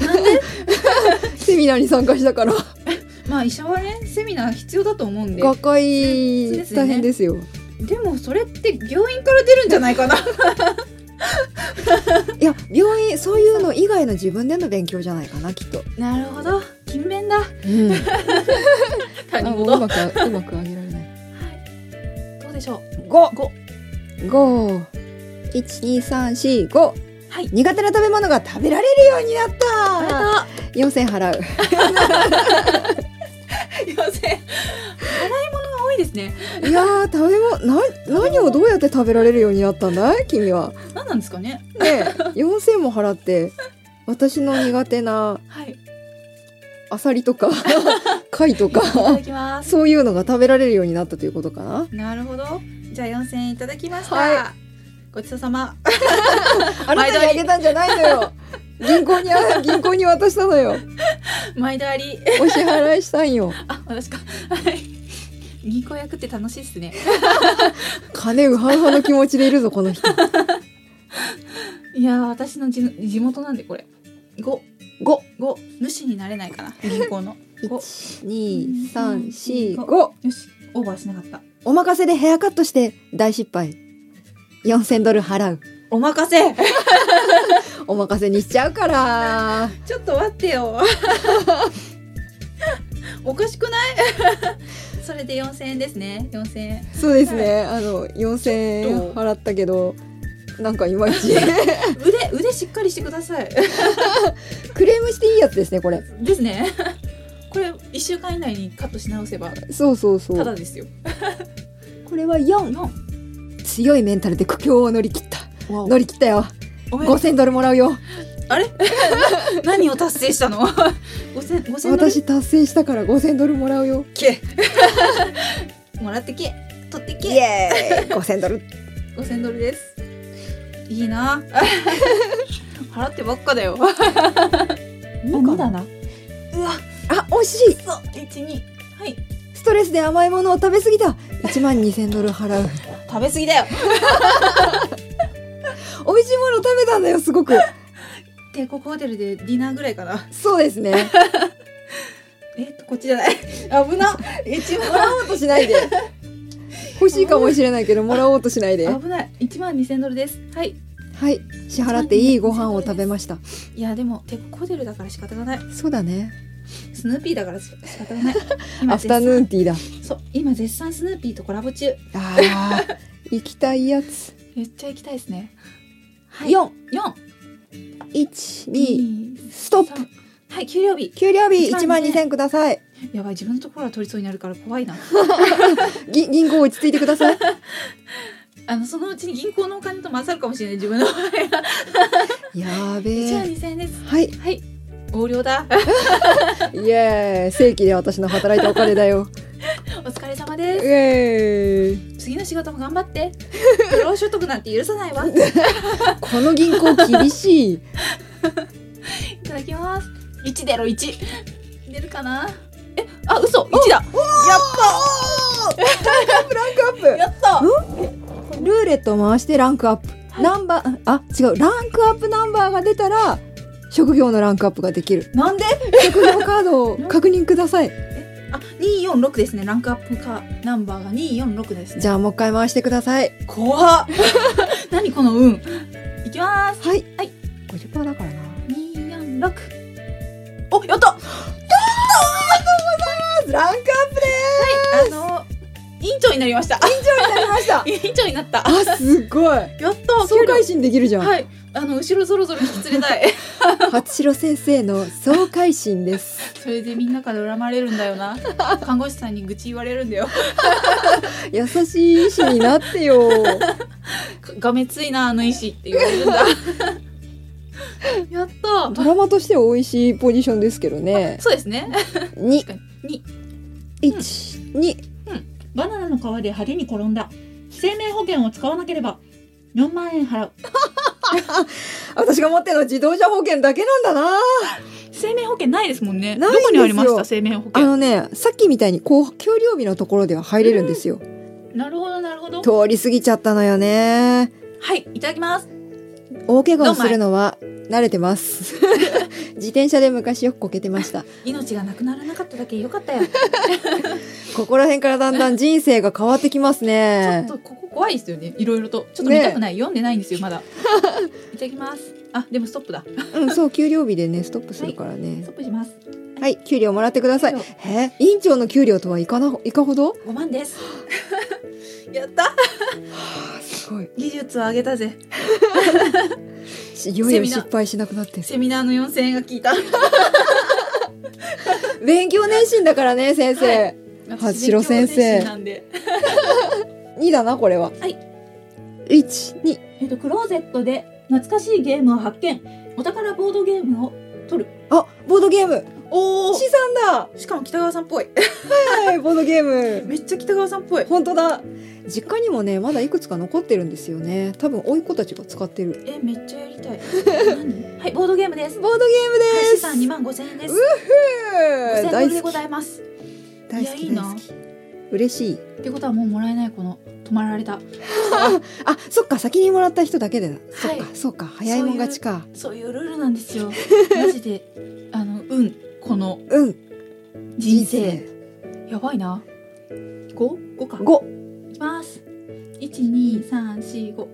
Speaker 1: なん で
Speaker 2: セミナーに参加したから
Speaker 1: まあ医者はねセミナー必要だと思うんで
Speaker 2: 学会
Speaker 1: そうですよ
Speaker 2: 大
Speaker 1: ね
Speaker 2: 変ですよ
Speaker 1: でもそれって病院から出るんじゃないかな
Speaker 2: いや病院そういうの以外の自分での勉強じゃないか なきっと、
Speaker 1: なるほど勤勉だ
Speaker 2: うん、
Speaker 1: 他人
Speaker 2: あもう
Speaker 1: 事
Speaker 2: うまくうまく上げられない
Speaker 1: どうでしょう
Speaker 2: 五
Speaker 1: 五
Speaker 2: 五一二三四五
Speaker 1: はい
Speaker 2: 苦手な食べ物が食べられるようになった
Speaker 1: あ
Speaker 2: 四千払う
Speaker 1: れだ要請洗い物が多いですね
Speaker 2: いやー食べ物な何をどうやって食べられるようになったんだい君は
Speaker 1: 何なんですかね
Speaker 2: ね四千も払って私の苦手な
Speaker 1: はいい
Speaker 2: アサリと か貝とか
Speaker 1: ただき ます
Speaker 2: そういうのが食べられるようになったということか
Speaker 1: な
Speaker 2: な
Speaker 1: るほどじゃあ4000円いただきました、
Speaker 2: は
Speaker 1: ごちそうさま
Speaker 2: あなたにあげたんじゃないのよ銀行にあ銀行に渡したのよ
Speaker 1: 毎度あり
Speaker 2: お支払いしたんよ
Speaker 1: あ私かはい銀行役って楽しいっすね
Speaker 2: 金ウハウハの気持ちでいるぞこの人
Speaker 1: いやー私の地地元なんでこれ五
Speaker 2: 五
Speaker 1: 五主になれないかな銀行の五
Speaker 2: 一二三四
Speaker 1: うん
Speaker 2: 五
Speaker 1: よしオーバーしなかった
Speaker 2: お任せでヘアカットして大失敗4000ドル払う
Speaker 1: お任せ
Speaker 2: お任せにしちゃうから
Speaker 1: ちょっと待ってよ おかしくない それで4000円ですね4000円
Speaker 2: そうですね、あの4000円払ったけどなんかいまいち
Speaker 1: 腕腕しっかりしてください
Speaker 2: クレームしていいやつですねこれ
Speaker 1: ですねこれ1週間以内にカットし直せば
Speaker 2: そうそうそ
Speaker 1: ただ
Speaker 2: う
Speaker 1: ですよ
Speaker 2: これは4
Speaker 1: 四
Speaker 2: 強いメンタルで苦境を乗り切った
Speaker 1: わお
Speaker 2: 乗り切ったよ
Speaker 1: おめでとう
Speaker 2: 5000ドルもらうよ
Speaker 1: あれ 何を達成したの5000 5000ドル
Speaker 2: 私達成したから5000ドルもらうよ
Speaker 1: け もらってけ取って
Speaker 2: イ
Speaker 1: け
Speaker 2: エーイ5000ドル
Speaker 1: 5000ドルですいい な払ってばっかだよ
Speaker 4: 鬼だな
Speaker 1: うわ
Speaker 2: あ惜しい
Speaker 1: そう12はい
Speaker 2: ストレスで甘いものを食べ過ぎた1万2000ドル払う
Speaker 1: 食べ過ぎだよ
Speaker 2: 美味しいもの食べたんだよすごく
Speaker 1: 帝国ホテルでディナーぐらいかな
Speaker 2: そうですね
Speaker 1: えっとこっちじゃない危な一
Speaker 2: もらおうとしないで欲しいかもしれないけどもらおうとしないで
Speaker 1: 万危ない1万2000ドルですはい
Speaker 2: はい支払っていいご飯を食べました
Speaker 1: いやでも帝国ホテルだから仕方がない
Speaker 2: そうだね
Speaker 1: スヌーピーだから仕方がない
Speaker 2: アフタヌーン
Speaker 1: ン
Speaker 2: ティーだ
Speaker 1: そう今絶賛スヌーピーとコラボ中
Speaker 2: あー行きたいやつ
Speaker 1: めっちゃ行きたいですねはい
Speaker 2: 4
Speaker 1: 4
Speaker 2: 1 2
Speaker 1: 二
Speaker 2: ストップ
Speaker 1: 三はい給料日
Speaker 2: 給料日1
Speaker 1: 12,000
Speaker 2: 万2000ください
Speaker 1: やばい自分のところは取りそうになるから怖いな
Speaker 2: 銀銀行落ち着いてください
Speaker 1: あのそのうちに銀行のお金と勝るかもしれない自分の場合は
Speaker 2: やーべ
Speaker 1: じゃあ
Speaker 2: え
Speaker 1: 2000円です
Speaker 2: はい
Speaker 1: はい横領だ
Speaker 2: イエーイ正規で私の働いたお金だ よ
Speaker 1: お疲れ様
Speaker 2: イ
Speaker 1: です
Speaker 2: エーイ
Speaker 1: 次の仕事も頑張 って不労所得なんて許さないわい
Speaker 2: この銀行厳しい
Speaker 1: ただきます1出ろ1出るかなえあ嘘1だ
Speaker 4: や
Speaker 2: ランクアッ
Speaker 4: った
Speaker 2: プルーレットを回してランクアップナンバーあ違うランクアップナンバーが出たら職業のランクアップができる
Speaker 1: なんで
Speaker 2: 職業カードを確認ください
Speaker 1: あ246ですねランクアップかナンバーが246ですね
Speaker 2: じゃあもう一回回してください
Speaker 1: 怖っ何この運いきます
Speaker 2: はい
Speaker 1: はい
Speaker 2: 50%だからな
Speaker 1: 246おやった
Speaker 2: ランクアップで
Speaker 1: あの委員長になりました
Speaker 2: ーなりました
Speaker 1: 委員長になった
Speaker 2: あすごい
Speaker 1: やった
Speaker 2: 総
Speaker 1: 給
Speaker 2: 会心できるじ
Speaker 1: 料
Speaker 2: ゃん、
Speaker 1: はいあの後ろぞろぞろ引き連れたい
Speaker 2: 八代先生の総会心です
Speaker 1: それでみんなから恨まれるんだよな看護師さんに愚痴言われるんだよ
Speaker 2: 優しい医師になってよ
Speaker 1: がめついなあの医師って言われるんだやった
Speaker 2: ドラマとしては美味しいポジションですけどね
Speaker 1: そうですね
Speaker 2: 二
Speaker 1: 確かに
Speaker 2: 一二
Speaker 4: バナナの皮で派手に転んだ生命保険を使わなければ4万円払う
Speaker 2: 私が持ってるの自動車保険だけなんだな
Speaker 1: 生命保険ないですもんね
Speaker 2: ないん
Speaker 1: ど
Speaker 2: ですよ
Speaker 1: こにありました生命保
Speaker 2: あ
Speaker 1: 険
Speaker 2: のねさっきみたいにこう給料日のところでは入れるんですよ
Speaker 1: なるほどなるほど
Speaker 2: 通り過ぎちゃったのよね
Speaker 1: はいいただきます
Speaker 2: 大怪我をするのは慣れてます自転車で昔よくこけてました
Speaker 1: 命がなくならなかっただけよかったよ
Speaker 2: ここら辺からだんだん人生が変わってきます
Speaker 1: ちょ
Speaker 2: ね
Speaker 1: っとここ怖いですよねいろいろとちょっと見たくない、読んでないん ですよまだいただきますあでもストップだ
Speaker 2: うん、そう給料日でねストップするからね
Speaker 1: ストップします
Speaker 2: はい、給料もらってください
Speaker 1: 給
Speaker 2: え委員長の給料とはいかないかほど
Speaker 1: 5万です やった
Speaker 2: すごい
Speaker 1: 技術を上げたぜ
Speaker 2: しいよいよ失敗しなくなってる
Speaker 1: セミナーの4000円が効いた
Speaker 2: 勉強熱心だからね先生、八代先生
Speaker 1: 私勉強熱心なんで
Speaker 2: 二だなこれは
Speaker 1: はい
Speaker 2: 一二
Speaker 4: えっとクローゼットで懐かしいゲームを発見お宝ボードゲームを
Speaker 2: あボードゲーム
Speaker 1: おお
Speaker 2: 資産だ
Speaker 1: しかも北川さんっぽい
Speaker 2: はいボードゲーム
Speaker 1: めっちゃ北川さんっぽい
Speaker 2: 本当だ実家にもねまだいくつか残ってるんですよね多分甥いっ子たちが使ってる
Speaker 1: えめっちゃやりた い何はいボードゲームです
Speaker 2: ボードゲーム
Speaker 1: はい
Speaker 2: で
Speaker 1: 資
Speaker 2: す
Speaker 1: 産2万5000円です
Speaker 2: ふ
Speaker 1: 5000
Speaker 2: う
Speaker 1: ドル
Speaker 2: 大
Speaker 1: で
Speaker 2: 好
Speaker 1: ご
Speaker 2: き
Speaker 1: ざいます
Speaker 2: 大
Speaker 1: い
Speaker 2: 好
Speaker 1: やい
Speaker 2: き
Speaker 1: いな
Speaker 2: 大好き嬉しい
Speaker 1: ってことはもうもらえないこの止まられた
Speaker 2: あそっか先にもらった人だけでな、
Speaker 1: はい
Speaker 2: そっかそうか早いもん勝ちか
Speaker 1: そういうルールなんです よマジであの運この
Speaker 2: う
Speaker 1: 人生やばいな五五か
Speaker 2: ん五
Speaker 1: いきます一二三四五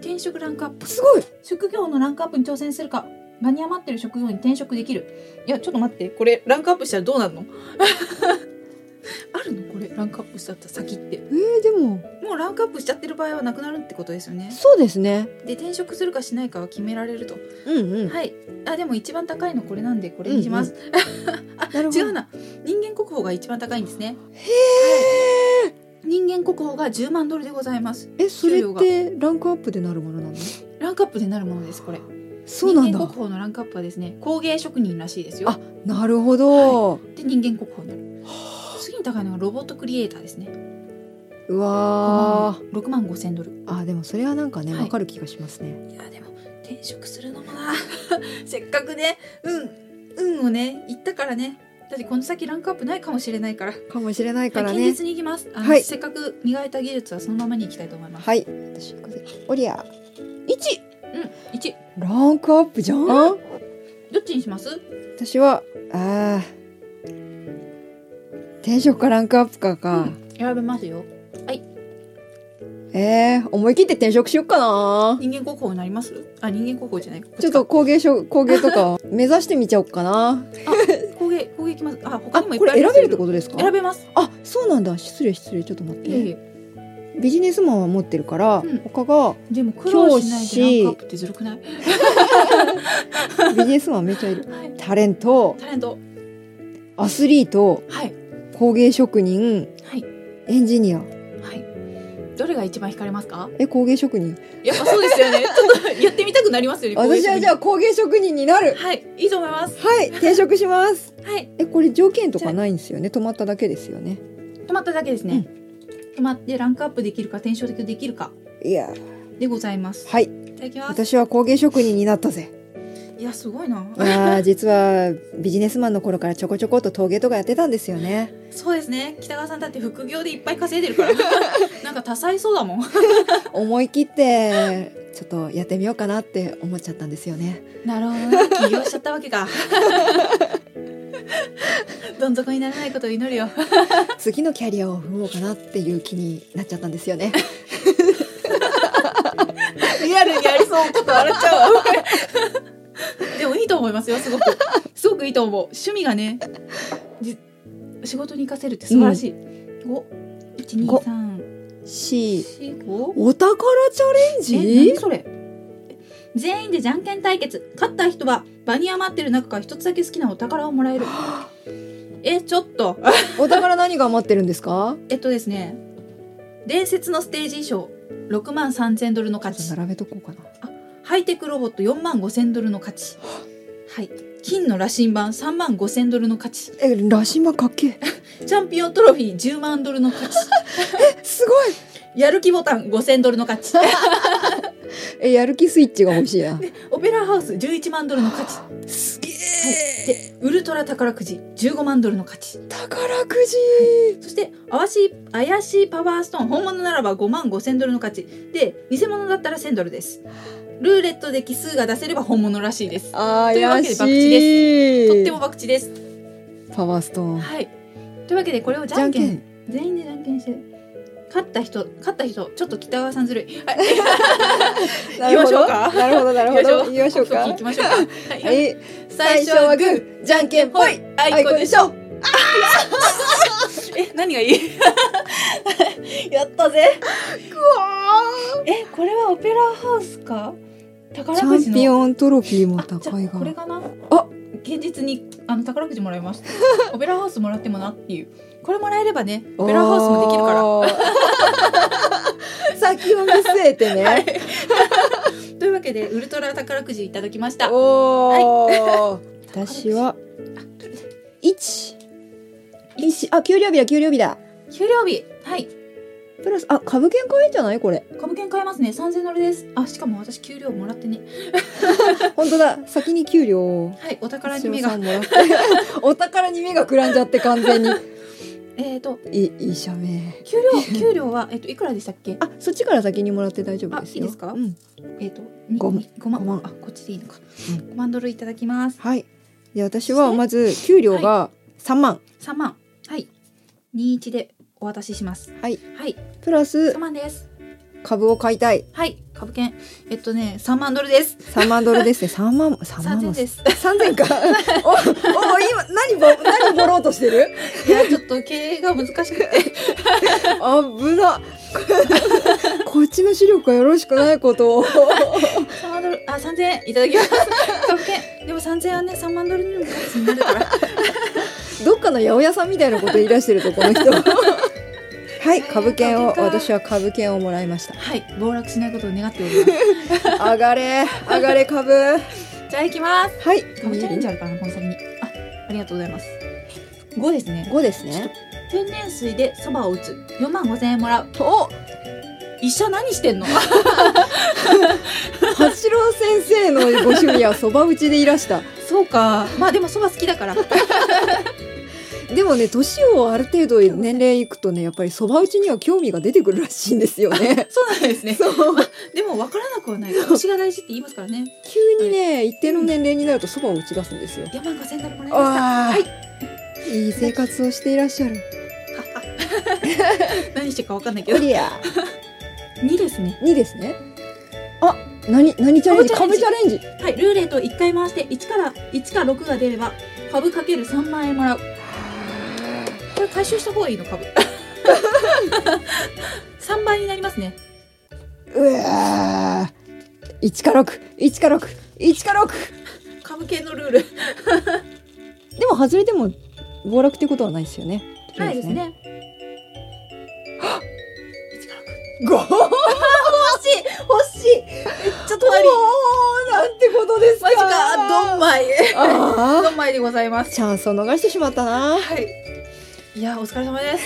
Speaker 1: 転職ランクアップ
Speaker 2: すごい
Speaker 4: 職業のランクアップに挑戦するか間に余ってる職業に転職できるいやちょっと待ってこれ
Speaker 1: ランクアップしたらどうなるの あるのこれランクアップしたった先って
Speaker 2: えー、でも
Speaker 1: もうランクアップしちゃってる場合はなくなるってことですよね
Speaker 2: そうですね
Speaker 1: で転職するかしないかは決められると
Speaker 2: うんうん、
Speaker 1: はいあでも一番高いのこれなんでこれにし ます、あ
Speaker 2: なるほど
Speaker 1: 違うな人間国宝が一番高いんですね
Speaker 2: へー
Speaker 1: 人間国宝が10万ドルでございます
Speaker 2: えそれ
Speaker 1: 給料
Speaker 2: っ
Speaker 1: が
Speaker 2: てランクアップでなるものなの
Speaker 1: ランクアップでなるものですこれ
Speaker 2: そうなん
Speaker 1: 人間
Speaker 2: だ
Speaker 1: 国宝のランクアップはですね工芸職人らしいですよ
Speaker 2: あなるほど、
Speaker 1: で人間国宝になる次に高いのがロボットクリエイターですね
Speaker 2: うわー
Speaker 1: 6万5千ドル
Speaker 2: あでもそれはなんかね
Speaker 1: はい
Speaker 2: わかる気がしますね、
Speaker 1: いやでも転職するのもな せっかくねうん運をね言ったからねだってこの先ランクアップないかもしれないから
Speaker 2: かもしれないから
Speaker 1: 堅
Speaker 2: ね
Speaker 1: 実にいきますあの、
Speaker 2: はい
Speaker 1: せっかく磨いた技術はそのままにいきたいと思います、
Speaker 2: はい私これおりゃ一
Speaker 1: うん1
Speaker 2: ランクアップじゃん、
Speaker 1: どっちにします
Speaker 2: 私はあー転職かランクアップかか、
Speaker 1: 選べますよ
Speaker 2: えー、思い切って転職しよっかな
Speaker 1: 人間国宝になりますあ人間国宝じゃない
Speaker 2: ちょっと工芸職工芸 とか目指してみちゃおっかな
Speaker 1: 工芸工芸いきますあ他
Speaker 2: あ
Speaker 1: にもいっ
Speaker 2: これ
Speaker 1: ぱいあり
Speaker 2: 選
Speaker 1: ます
Speaker 2: べるってことですか
Speaker 1: 選べます
Speaker 2: あそうなんだ失礼失礼ちょっと待っ
Speaker 1: いえい
Speaker 2: て
Speaker 1: え
Speaker 2: ビジネスマンは持ってるから、
Speaker 1: うん
Speaker 2: 他が
Speaker 1: でも苦労しないでランクアップってずるくない、
Speaker 2: ビジネスマンめちゃいる
Speaker 1: はい、
Speaker 2: タレント
Speaker 1: タレント
Speaker 2: アスリート
Speaker 1: はい
Speaker 2: 工芸職人
Speaker 1: はい
Speaker 2: エンジニア
Speaker 1: はいどれが一番惹かれますか
Speaker 2: え工芸職人
Speaker 1: やっぱそうですよ ねちょっとやってみたくなりますよね
Speaker 2: 私はじゃあ工芸職人になる
Speaker 1: はいいいと思います
Speaker 2: はい転職します
Speaker 1: はい
Speaker 2: えこれ条件とかないんですよね泊まっただけですよね
Speaker 1: 止まっただけですね、止まってランクアップできるか転職できるか
Speaker 2: いや
Speaker 1: でございます
Speaker 2: はい
Speaker 1: いただきます
Speaker 2: 私は工芸職人にな ったぜ
Speaker 1: いやすごいな
Speaker 2: あー実はビジネスマンの頃からちょこちょこっと陶芸とかやってたんですよね
Speaker 1: そうですね北川さんだって副業でいっぱい稼いでるから なんか多彩そうだもん
Speaker 2: 思い切ってちょっとやってみようかなって思っちゃったんですよね
Speaker 1: なるほどね起業しちゃったわけ かどん底にならないことを祈るよ
Speaker 2: 次のキャリアを踏もうかなっていう気になっちゃったんですよね
Speaker 1: リアルにありそうちょっと笑っちゃうわ でもいいと思いますよすごくすごくいいと思う趣味がねじ仕事に生かせるって素晴らしい、五一二
Speaker 2: ご
Speaker 1: 三
Speaker 2: C
Speaker 1: 四五
Speaker 2: お宝チャレン
Speaker 1: え何
Speaker 2: ジ
Speaker 1: それ全員でじゃんけん対決勝った人は場に余ってる中から一つだけ好きなお宝をも らえるえちょっと
Speaker 2: お宝何が余ってるんですか
Speaker 1: えっとですね伝説のステージ衣装6万3000ドルの価値
Speaker 2: 並べとこうかな
Speaker 1: ハイテクロボット4万5000ドルの価値はい金の羅針盤3万5000ドルの価値
Speaker 2: え羅針盤かっけ
Speaker 1: チャンピオントロフィー10万ドルの価値
Speaker 2: えすごい
Speaker 1: やる気ボタン5000ドルの価値
Speaker 2: えやる気スイッチが欲しいな
Speaker 1: オペラハウス11万ドルの価値
Speaker 2: すげ
Speaker 1: でウルトラ宝くじ15万ドルの価値
Speaker 2: 宝くじ
Speaker 1: そして怪しい怪しいパワーストーン本物ならば5万5000ドルの価値で偽物だったら1000ドルですルーレットで奇数が出せれば本物らしいです
Speaker 2: あ
Speaker 1: というわけ
Speaker 2: 怪
Speaker 1: で
Speaker 2: しい
Speaker 1: 博打ですとっても博打です
Speaker 2: パワーストーン
Speaker 1: はいというわけでこれをじ
Speaker 2: じ
Speaker 1: ゃ
Speaker 2: ゃ
Speaker 1: ん
Speaker 2: ん
Speaker 1: けん
Speaker 2: けん
Speaker 1: 全員でじゃんけんして勝った人勝った人ちょっと北川さんずるいはい
Speaker 2: なるほ
Speaker 1: 行きまし
Speaker 2: ど
Speaker 1: ょうか
Speaker 2: なるほどなるほど言いましょう
Speaker 1: 行
Speaker 2: か
Speaker 1: きましょうかはい
Speaker 2: え
Speaker 1: 最初はグー
Speaker 2: ーじゃんけん
Speaker 1: ほいあいこでしょ
Speaker 2: ょ
Speaker 1: え何がいい
Speaker 4: やったぜえこれはオペラハウスか
Speaker 2: チ
Speaker 4: 宝く
Speaker 2: ャ
Speaker 4: じ
Speaker 2: ンピ
Speaker 4: の
Speaker 2: オントロフィーも
Speaker 1: あじゃ
Speaker 2: 高い
Speaker 1: あこれ
Speaker 2: が
Speaker 1: かな
Speaker 2: あ
Speaker 1: 現実にあの宝くじもらいました オペラハウスもらってもなっていうこれもらえればねオペラハウスもできるから
Speaker 2: ら先を見据えてね、
Speaker 1: というわけでウルトラ宝くじいただきましたあ
Speaker 2: おお、私は
Speaker 1: どれだ
Speaker 2: 一一あ給料日だ給料日だ
Speaker 1: 給料日はい
Speaker 2: プラスあ株券買えんじゃな いこれ
Speaker 1: 株券買えますね3000ドルですあしかも私給料もらってね
Speaker 2: 本当だ先に給料を
Speaker 1: はいお宝に目
Speaker 2: さ
Speaker 1: が
Speaker 2: んもらって お宝に目がくらんじゃって完全に
Speaker 1: えっと
Speaker 2: いいい社名
Speaker 1: 給 料給料はえっといくらでしたっけ
Speaker 2: あそっちから先にもらって大丈夫ですよ
Speaker 1: あいいですか
Speaker 2: うん、
Speaker 1: えっと
Speaker 2: ごま
Speaker 1: 5万
Speaker 2: ごまん
Speaker 1: あこっちでいいのか
Speaker 2: う
Speaker 1: 5万ドルいただきます
Speaker 2: はいで私はまず給料が三万
Speaker 1: 3万はい21でお渡しします
Speaker 2: はい
Speaker 1: はい
Speaker 2: プラス
Speaker 1: 3万です
Speaker 2: 株を買いたい
Speaker 1: はい株券えっとね3万ドルです
Speaker 2: 三万ドルですね三万三万
Speaker 1: 3000
Speaker 2: の
Speaker 1: です
Speaker 2: 三千かおお今何ぼ何ぼろうとしてる
Speaker 1: いやちょっと経営が難しく て
Speaker 2: あぶなこっちの視力がよろしくないことを
Speaker 1: 3万ドルあ3000円いただきます株券でも3000円はね3万ドルにも価値になるからは
Speaker 2: どっかの八百屋さんみたいなこと言い出してるとこの人はい株券を私は株券をもらいました
Speaker 1: い暴落しないことを願っております
Speaker 2: 上がれ上がれ株はい
Speaker 1: じゃあ行きます株チャレンジ
Speaker 2: 5
Speaker 1: あるかなこの先にあありがとうございます5ですね
Speaker 2: ですね
Speaker 1: 天然水でそばを打つ4万5千円もらう
Speaker 2: お
Speaker 1: 一緒何してんの
Speaker 2: 八郎先生のご趣味はそば打ちでいらした
Speaker 1: そうかまあでも そば好きだから
Speaker 2: でもね年をある程度年齢いくとねやっぱりそば打ちには興味が出てくるらしいんですよ ね
Speaker 1: そうなんですね
Speaker 2: そう
Speaker 1: でも分からなくはない腰が大事って言いますからね
Speaker 2: 急にね一定の年齢になるとそばを打ち出すんですよ
Speaker 1: 4万5千ドルもらいました
Speaker 2: ああ、
Speaker 1: はい
Speaker 2: いい生活をしていらっしゃる。
Speaker 1: 何してるか分かんないけ
Speaker 2: お
Speaker 1: ど
Speaker 2: りゃ、
Speaker 1: 2ですね
Speaker 2: 二ですね。あ、何何チャレンジ？
Speaker 1: 株
Speaker 2: 株
Speaker 1: チ
Speaker 2: チ
Speaker 1: ャ
Speaker 2: ャレンジ。
Speaker 1: はいルーレット1回回して1から1か6が出れば株かける3万円もらうこれ回収した方がいいの 株3倍になりますね
Speaker 2: うわー、一か六、一か六、一か六。
Speaker 1: 株系のルール
Speaker 2: でも外れても暴落ってことはないですよね。
Speaker 1: ないです。ね。
Speaker 2: ごー
Speaker 4: 欲しいめっちゃ隣
Speaker 2: なんてことですか
Speaker 1: マジかドンマ イ
Speaker 2: あ
Speaker 1: ドンマイでございま
Speaker 2: ー
Speaker 1: す
Speaker 2: チャンスを逃してしまった
Speaker 1: は
Speaker 2: な
Speaker 1: いいやお疲れ様です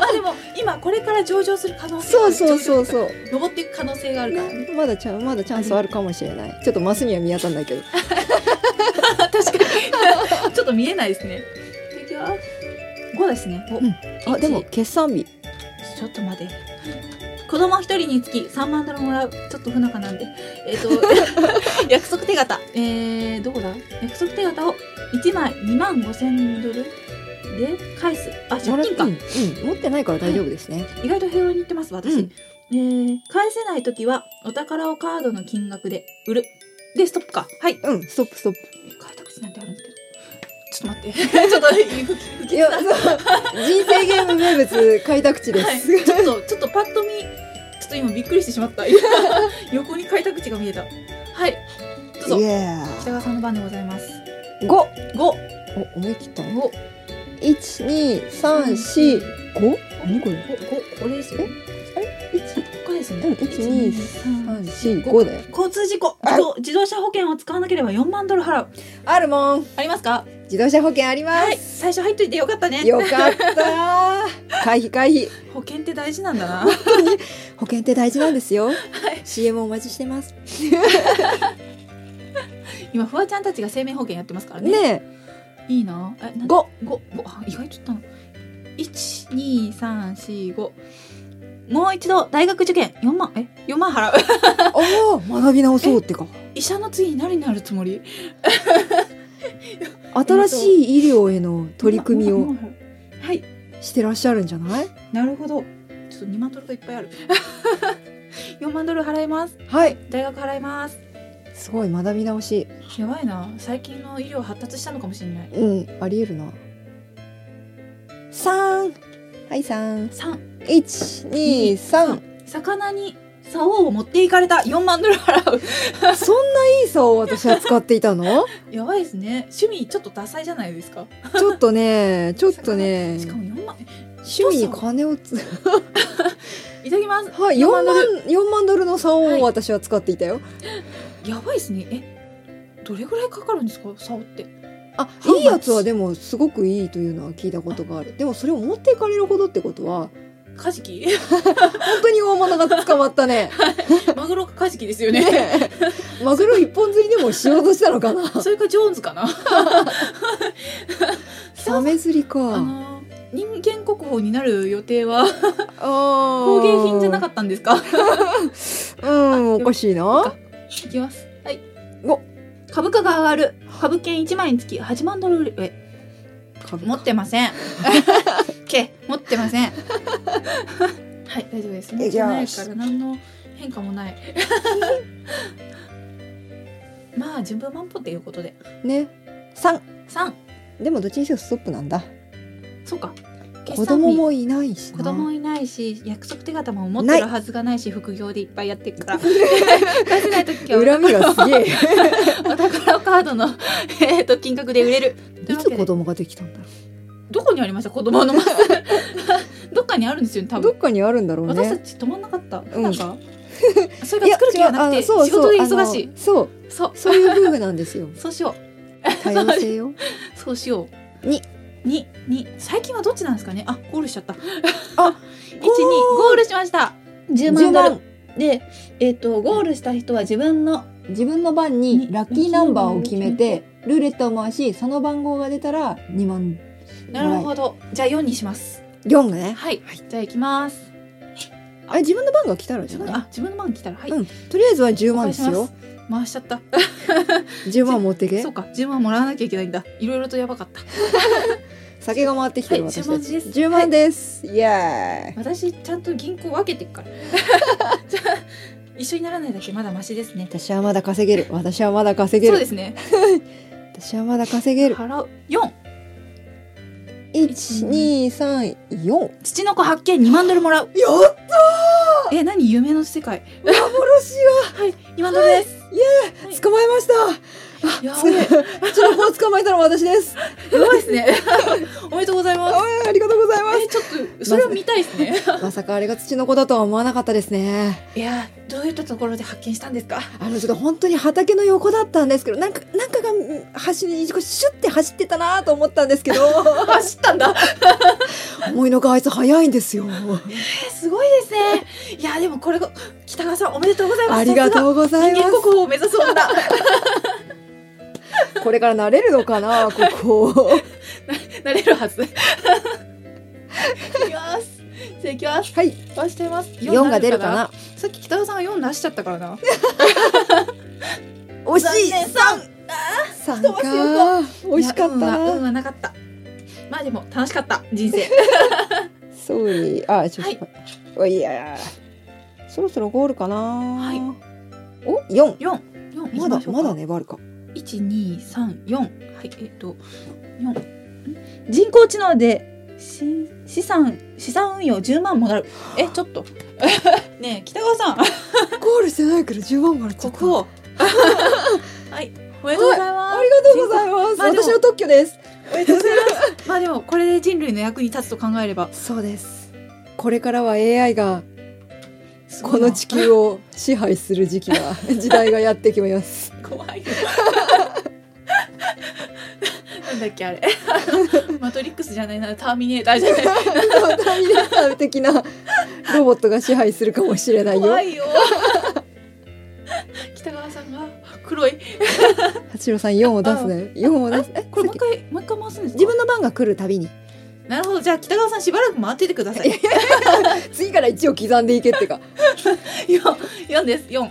Speaker 1: ま あでも今これから上場する可能性があ
Speaker 2: そう
Speaker 1: る
Speaker 2: そ
Speaker 1: 上
Speaker 2: うそうそう
Speaker 1: 場登っていく可能性があるからね
Speaker 2: まだチャンまだチャンスはあるかもしれないちょっとマスには見当たんないけど
Speaker 1: 確かに ちょっと見えないですね次は5ですねお
Speaker 2: んあでも決算日
Speaker 1: ちょっと待て。子供一人につき3万ドルもらう。ちょっと不仲なんで。え っ、と、約束手形。えー、どこだ約束手形を1枚2万5千ドルで返す。あ、借金か。
Speaker 2: うん、うん持ってないから大丈夫ですね、
Speaker 1: 意外と平和に言ってます、私。
Speaker 2: うん
Speaker 1: えー、返せないときは、お宝をカードの金額で売る。で、ストップか。はい。
Speaker 2: うんストップストッ
Speaker 1: 開拓地なんてあるんですけど。ちょっと待って。ちょっと、不吉不
Speaker 2: プ
Speaker 1: 吉
Speaker 2: いや
Speaker 1: な
Speaker 2: そう人生ゲーム名物開拓地です、
Speaker 1: はい、ちょっとちょっとパッと見ちょっと今びっくりしてしまった 横に開拓地が見えたはいどうぞ
Speaker 2: イエ
Speaker 1: 北川さんの番でございます
Speaker 2: ー5
Speaker 1: 5
Speaker 2: お思い切った
Speaker 1: 五
Speaker 2: 一二三四五何これ
Speaker 1: こここれですよ
Speaker 2: え一
Speaker 1: これですね
Speaker 2: うん一二三四五だよ
Speaker 1: 交通事故自動自動車保険を使わなければ4万ドル払う
Speaker 2: あるもん
Speaker 1: ありますか
Speaker 2: 自動車保険ありま
Speaker 1: はい
Speaker 2: す、
Speaker 1: 最初入っといてよかったね
Speaker 2: よかった ー回避回避
Speaker 1: 保険って大事なんだ な
Speaker 2: 保険って大事なんですよ、CM お待ちしてます
Speaker 1: 今フワちゃんたちが生命保険やってますからね
Speaker 2: ねえ
Speaker 1: いいなえなん
Speaker 2: 五
Speaker 1: 五五あ意外と言ったの。一二三四五。もう一度大学受験四万え四万払う。
Speaker 2: おお学び直そうってか
Speaker 1: 医者の次に何になるつもり？
Speaker 2: 新しい医療への取り組み
Speaker 1: 四万。
Speaker 2: を
Speaker 1: 四万払うはい。
Speaker 2: してらっしゃるんじゃない
Speaker 1: なるほど。ちょっと二万ドルがいっぱいある。 四万ドル払います。
Speaker 2: はい
Speaker 1: 大学払います。
Speaker 2: すごい学び直し
Speaker 1: やばいな。最近の医療発達したのかもしれない。
Speaker 2: うんありえるな三はい三
Speaker 1: 三
Speaker 2: 一二三
Speaker 1: 魚に竿を持っていかれた四万ドル払う。
Speaker 2: そんないい竿を私は使ってい たの
Speaker 1: やばいですね。趣味ちょっとダサいじゃないですか。
Speaker 2: ちょっとねちょっとね
Speaker 1: しかも四万。
Speaker 2: 趣味に金をつ
Speaker 1: いただきます。
Speaker 2: はい、4
Speaker 1: 四万
Speaker 2: 万
Speaker 1: ドル
Speaker 2: 4万ドルの竿
Speaker 1: はい
Speaker 2: を私は使っていたよ、
Speaker 1: やばいですね。え、どれぐらいかかるんですか、竿って。
Speaker 2: あ
Speaker 1: ハウマッチ
Speaker 2: いいやつはでもすごくいいというのは聞いたことがあるでもそれを持っていかれるほどってことは
Speaker 1: カジキ、
Speaker 2: 本当に大物が捕まったね
Speaker 1: マグロかカジキですよ
Speaker 2: ね
Speaker 1: ね。
Speaker 2: えマグロ一本釣りでもしようとしたのかな
Speaker 1: それかジョーンズかな。
Speaker 2: サメ釣り
Speaker 1: あ
Speaker 2: か
Speaker 1: のー、人間国宝になる予定は工
Speaker 2: 工
Speaker 1: 芸品じゃなかったんですか。
Speaker 2: たうんおかしいな
Speaker 1: 聞きます。はい。
Speaker 2: お
Speaker 1: 株価が上がる。株券一枚につき八万ドル売り。え、
Speaker 2: 株
Speaker 1: 持ってませ ん。け、持ってません。はい、大丈夫です。持
Speaker 2: え
Speaker 1: って
Speaker 2: じゃあ
Speaker 1: ないから、何の変化も ない。まあ、順風満帆ということで。
Speaker 2: ね三
Speaker 1: 三、
Speaker 2: でもどっちにせよストップなんだ
Speaker 1: そうか。
Speaker 2: 子供もいないしな
Speaker 1: 子供いないし約束手形も持ってるはずがないし副業でいっぱいやってる から返せない時は
Speaker 2: 恨みがす げえ
Speaker 1: お宝カードの、 えー、と金額で売れるとい
Speaker 2: いう
Speaker 1: わ
Speaker 2: つ
Speaker 1: けで
Speaker 2: 子供ができたんだろ
Speaker 1: どこにありました子供のマ スどっかにあるんですよね多
Speaker 2: うど
Speaker 1: 分
Speaker 2: っかにあるんだろうね
Speaker 1: 私たち止まんなかった、
Speaker 2: ん
Speaker 1: なんかそれが作る気はなく
Speaker 2: 違うあ
Speaker 1: て
Speaker 2: のそう
Speaker 1: 仕事で
Speaker 2: そう
Speaker 1: 忙しい
Speaker 2: あのそう
Speaker 1: そう
Speaker 2: そういう夫婦なんですよ
Speaker 1: そうしよ
Speaker 2: 多様性よ
Speaker 1: うそうしよう
Speaker 2: に
Speaker 1: にに最近はどっちなんですかねあゴールしちゃった
Speaker 2: あ
Speaker 1: 一二ゴールしました10
Speaker 2: 10
Speaker 1: 万ドル
Speaker 2: 万
Speaker 1: で、えっとゴールした人は自分の
Speaker 2: 自分の番に
Speaker 1: に
Speaker 2: ラッキーナンバーを決めてルーレットを回しその番号が出たら2万
Speaker 1: なるほど、じゃあ4にします
Speaker 2: 4がね
Speaker 1: はい、じゃあ行きます
Speaker 2: あ自分の番が来たらじ
Speaker 1: 自分
Speaker 2: ゃ
Speaker 1: の
Speaker 2: ない
Speaker 1: あ自分の番来たらはい、
Speaker 2: うんとりあえずは10万です
Speaker 1: お
Speaker 2: よ
Speaker 1: 返します回しちゃった
Speaker 2: 10万持ってけ
Speaker 1: そうか10万もらわなきゃいけないんだいろいろとやばかった
Speaker 2: 酒が回ってきてる
Speaker 1: はい
Speaker 2: 私
Speaker 1: 10万
Speaker 2: たち
Speaker 1: です
Speaker 2: 10万ですイエ
Speaker 1: 私ちゃんと銀行分けてっから じゃあ一緒にならないだけまだマシですね
Speaker 2: ーイ私はまだ稼げる私はまだ稼
Speaker 1: そ
Speaker 2: げ
Speaker 1: うで
Speaker 2: る
Speaker 1: すね
Speaker 2: 私はまだ稼げる
Speaker 1: 払う4
Speaker 2: 1234
Speaker 1: 父の子発見2万ドルもらう
Speaker 2: やっ
Speaker 1: え何夢の世界
Speaker 2: 幻が
Speaker 1: はい2万ドルです、
Speaker 2: 捕まえました
Speaker 1: やば
Speaker 2: すげえちの子を捕まえたのは私です
Speaker 1: いやばいですね。 おめでとうございます。
Speaker 2: あーありがとうございます
Speaker 1: え、ちょっと、それは見たいですね。
Speaker 2: まさかあれが土の子だとは思わなかったですね
Speaker 1: いや、どういったところで発見したんですか。
Speaker 2: あのちょっと本当に畑の横だったんですけどなんかなんかがうん走りにこうシュッて走ってたなと思ったんで すけど
Speaker 1: 走ったんだ。
Speaker 2: 思いのがあいつ早いんですよ
Speaker 1: えすごいですね。いや、でも、これが、北川さん、おめでとうございます。
Speaker 2: ありが
Speaker 1: さ
Speaker 2: とうご
Speaker 1: す
Speaker 2: ざ
Speaker 1: が
Speaker 2: い
Speaker 1: 人
Speaker 2: ま
Speaker 1: 間国宝を目指す女。
Speaker 2: すこれから慣れるのかなここ
Speaker 1: なれるはず。いきます。じゃあ、いきます。
Speaker 2: はい
Speaker 1: 押してます。
Speaker 2: 4が出るか。な
Speaker 1: さっき北川さんが四出しちゃったからな。
Speaker 2: 惜しい
Speaker 1: 残念三。
Speaker 2: 三か美味しかった
Speaker 1: いや運は運
Speaker 2: な
Speaker 1: はなかった。まあ、でも、楽しかった。人生。
Speaker 2: そうにあちょっ
Speaker 1: は
Speaker 2: とおいやーそろそろゴールかな
Speaker 1: はい
Speaker 2: お四
Speaker 1: 四。四。
Speaker 2: まだ
Speaker 1: 行きしょう
Speaker 2: ま
Speaker 1: か
Speaker 2: だ。粘るか
Speaker 1: 一二三四はいえっ、と四ん人工知能でし資産資産運用十万もらうえちょっと ねえ北川さん
Speaker 2: ゴールしてないけど10万もらっちゃ
Speaker 1: こ
Speaker 2: っ た
Speaker 1: こはいおめでとうございます、
Speaker 2: ありがとうございます、
Speaker 1: まあでも
Speaker 2: 私の特許です
Speaker 1: おめでとうございますまあでもこれで人類の役に立つと考えれば
Speaker 2: そうですこれからは AI が
Speaker 1: すご
Speaker 2: こ
Speaker 1: いな
Speaker 2: の地球を支配する時期が時代がやってきます
Speaker 1: 怖いよ なんだっけ あれマトリックスじゃないなターミネーターじゃない
Speaker 2: 大レーター的なロボットが支配するかもしれないよ
Speaker 1: 怖 いよ北川さんが黒い
Speaker 2: 八郎さん4を出すね4を出すえ
Speaker 1: これも
Speaker 2: さ
Speaker 1: う一
Speaker 2: っき
Speaker 1: 回もう一回回すんですか
Speaker 2: 自分の番が来るたびに
Speaker 1: なるほどじゃあ北川さんしばらく回っててください
Speaker 2: 次から1を刻んでいけってか
Speaker 1: 四四です 四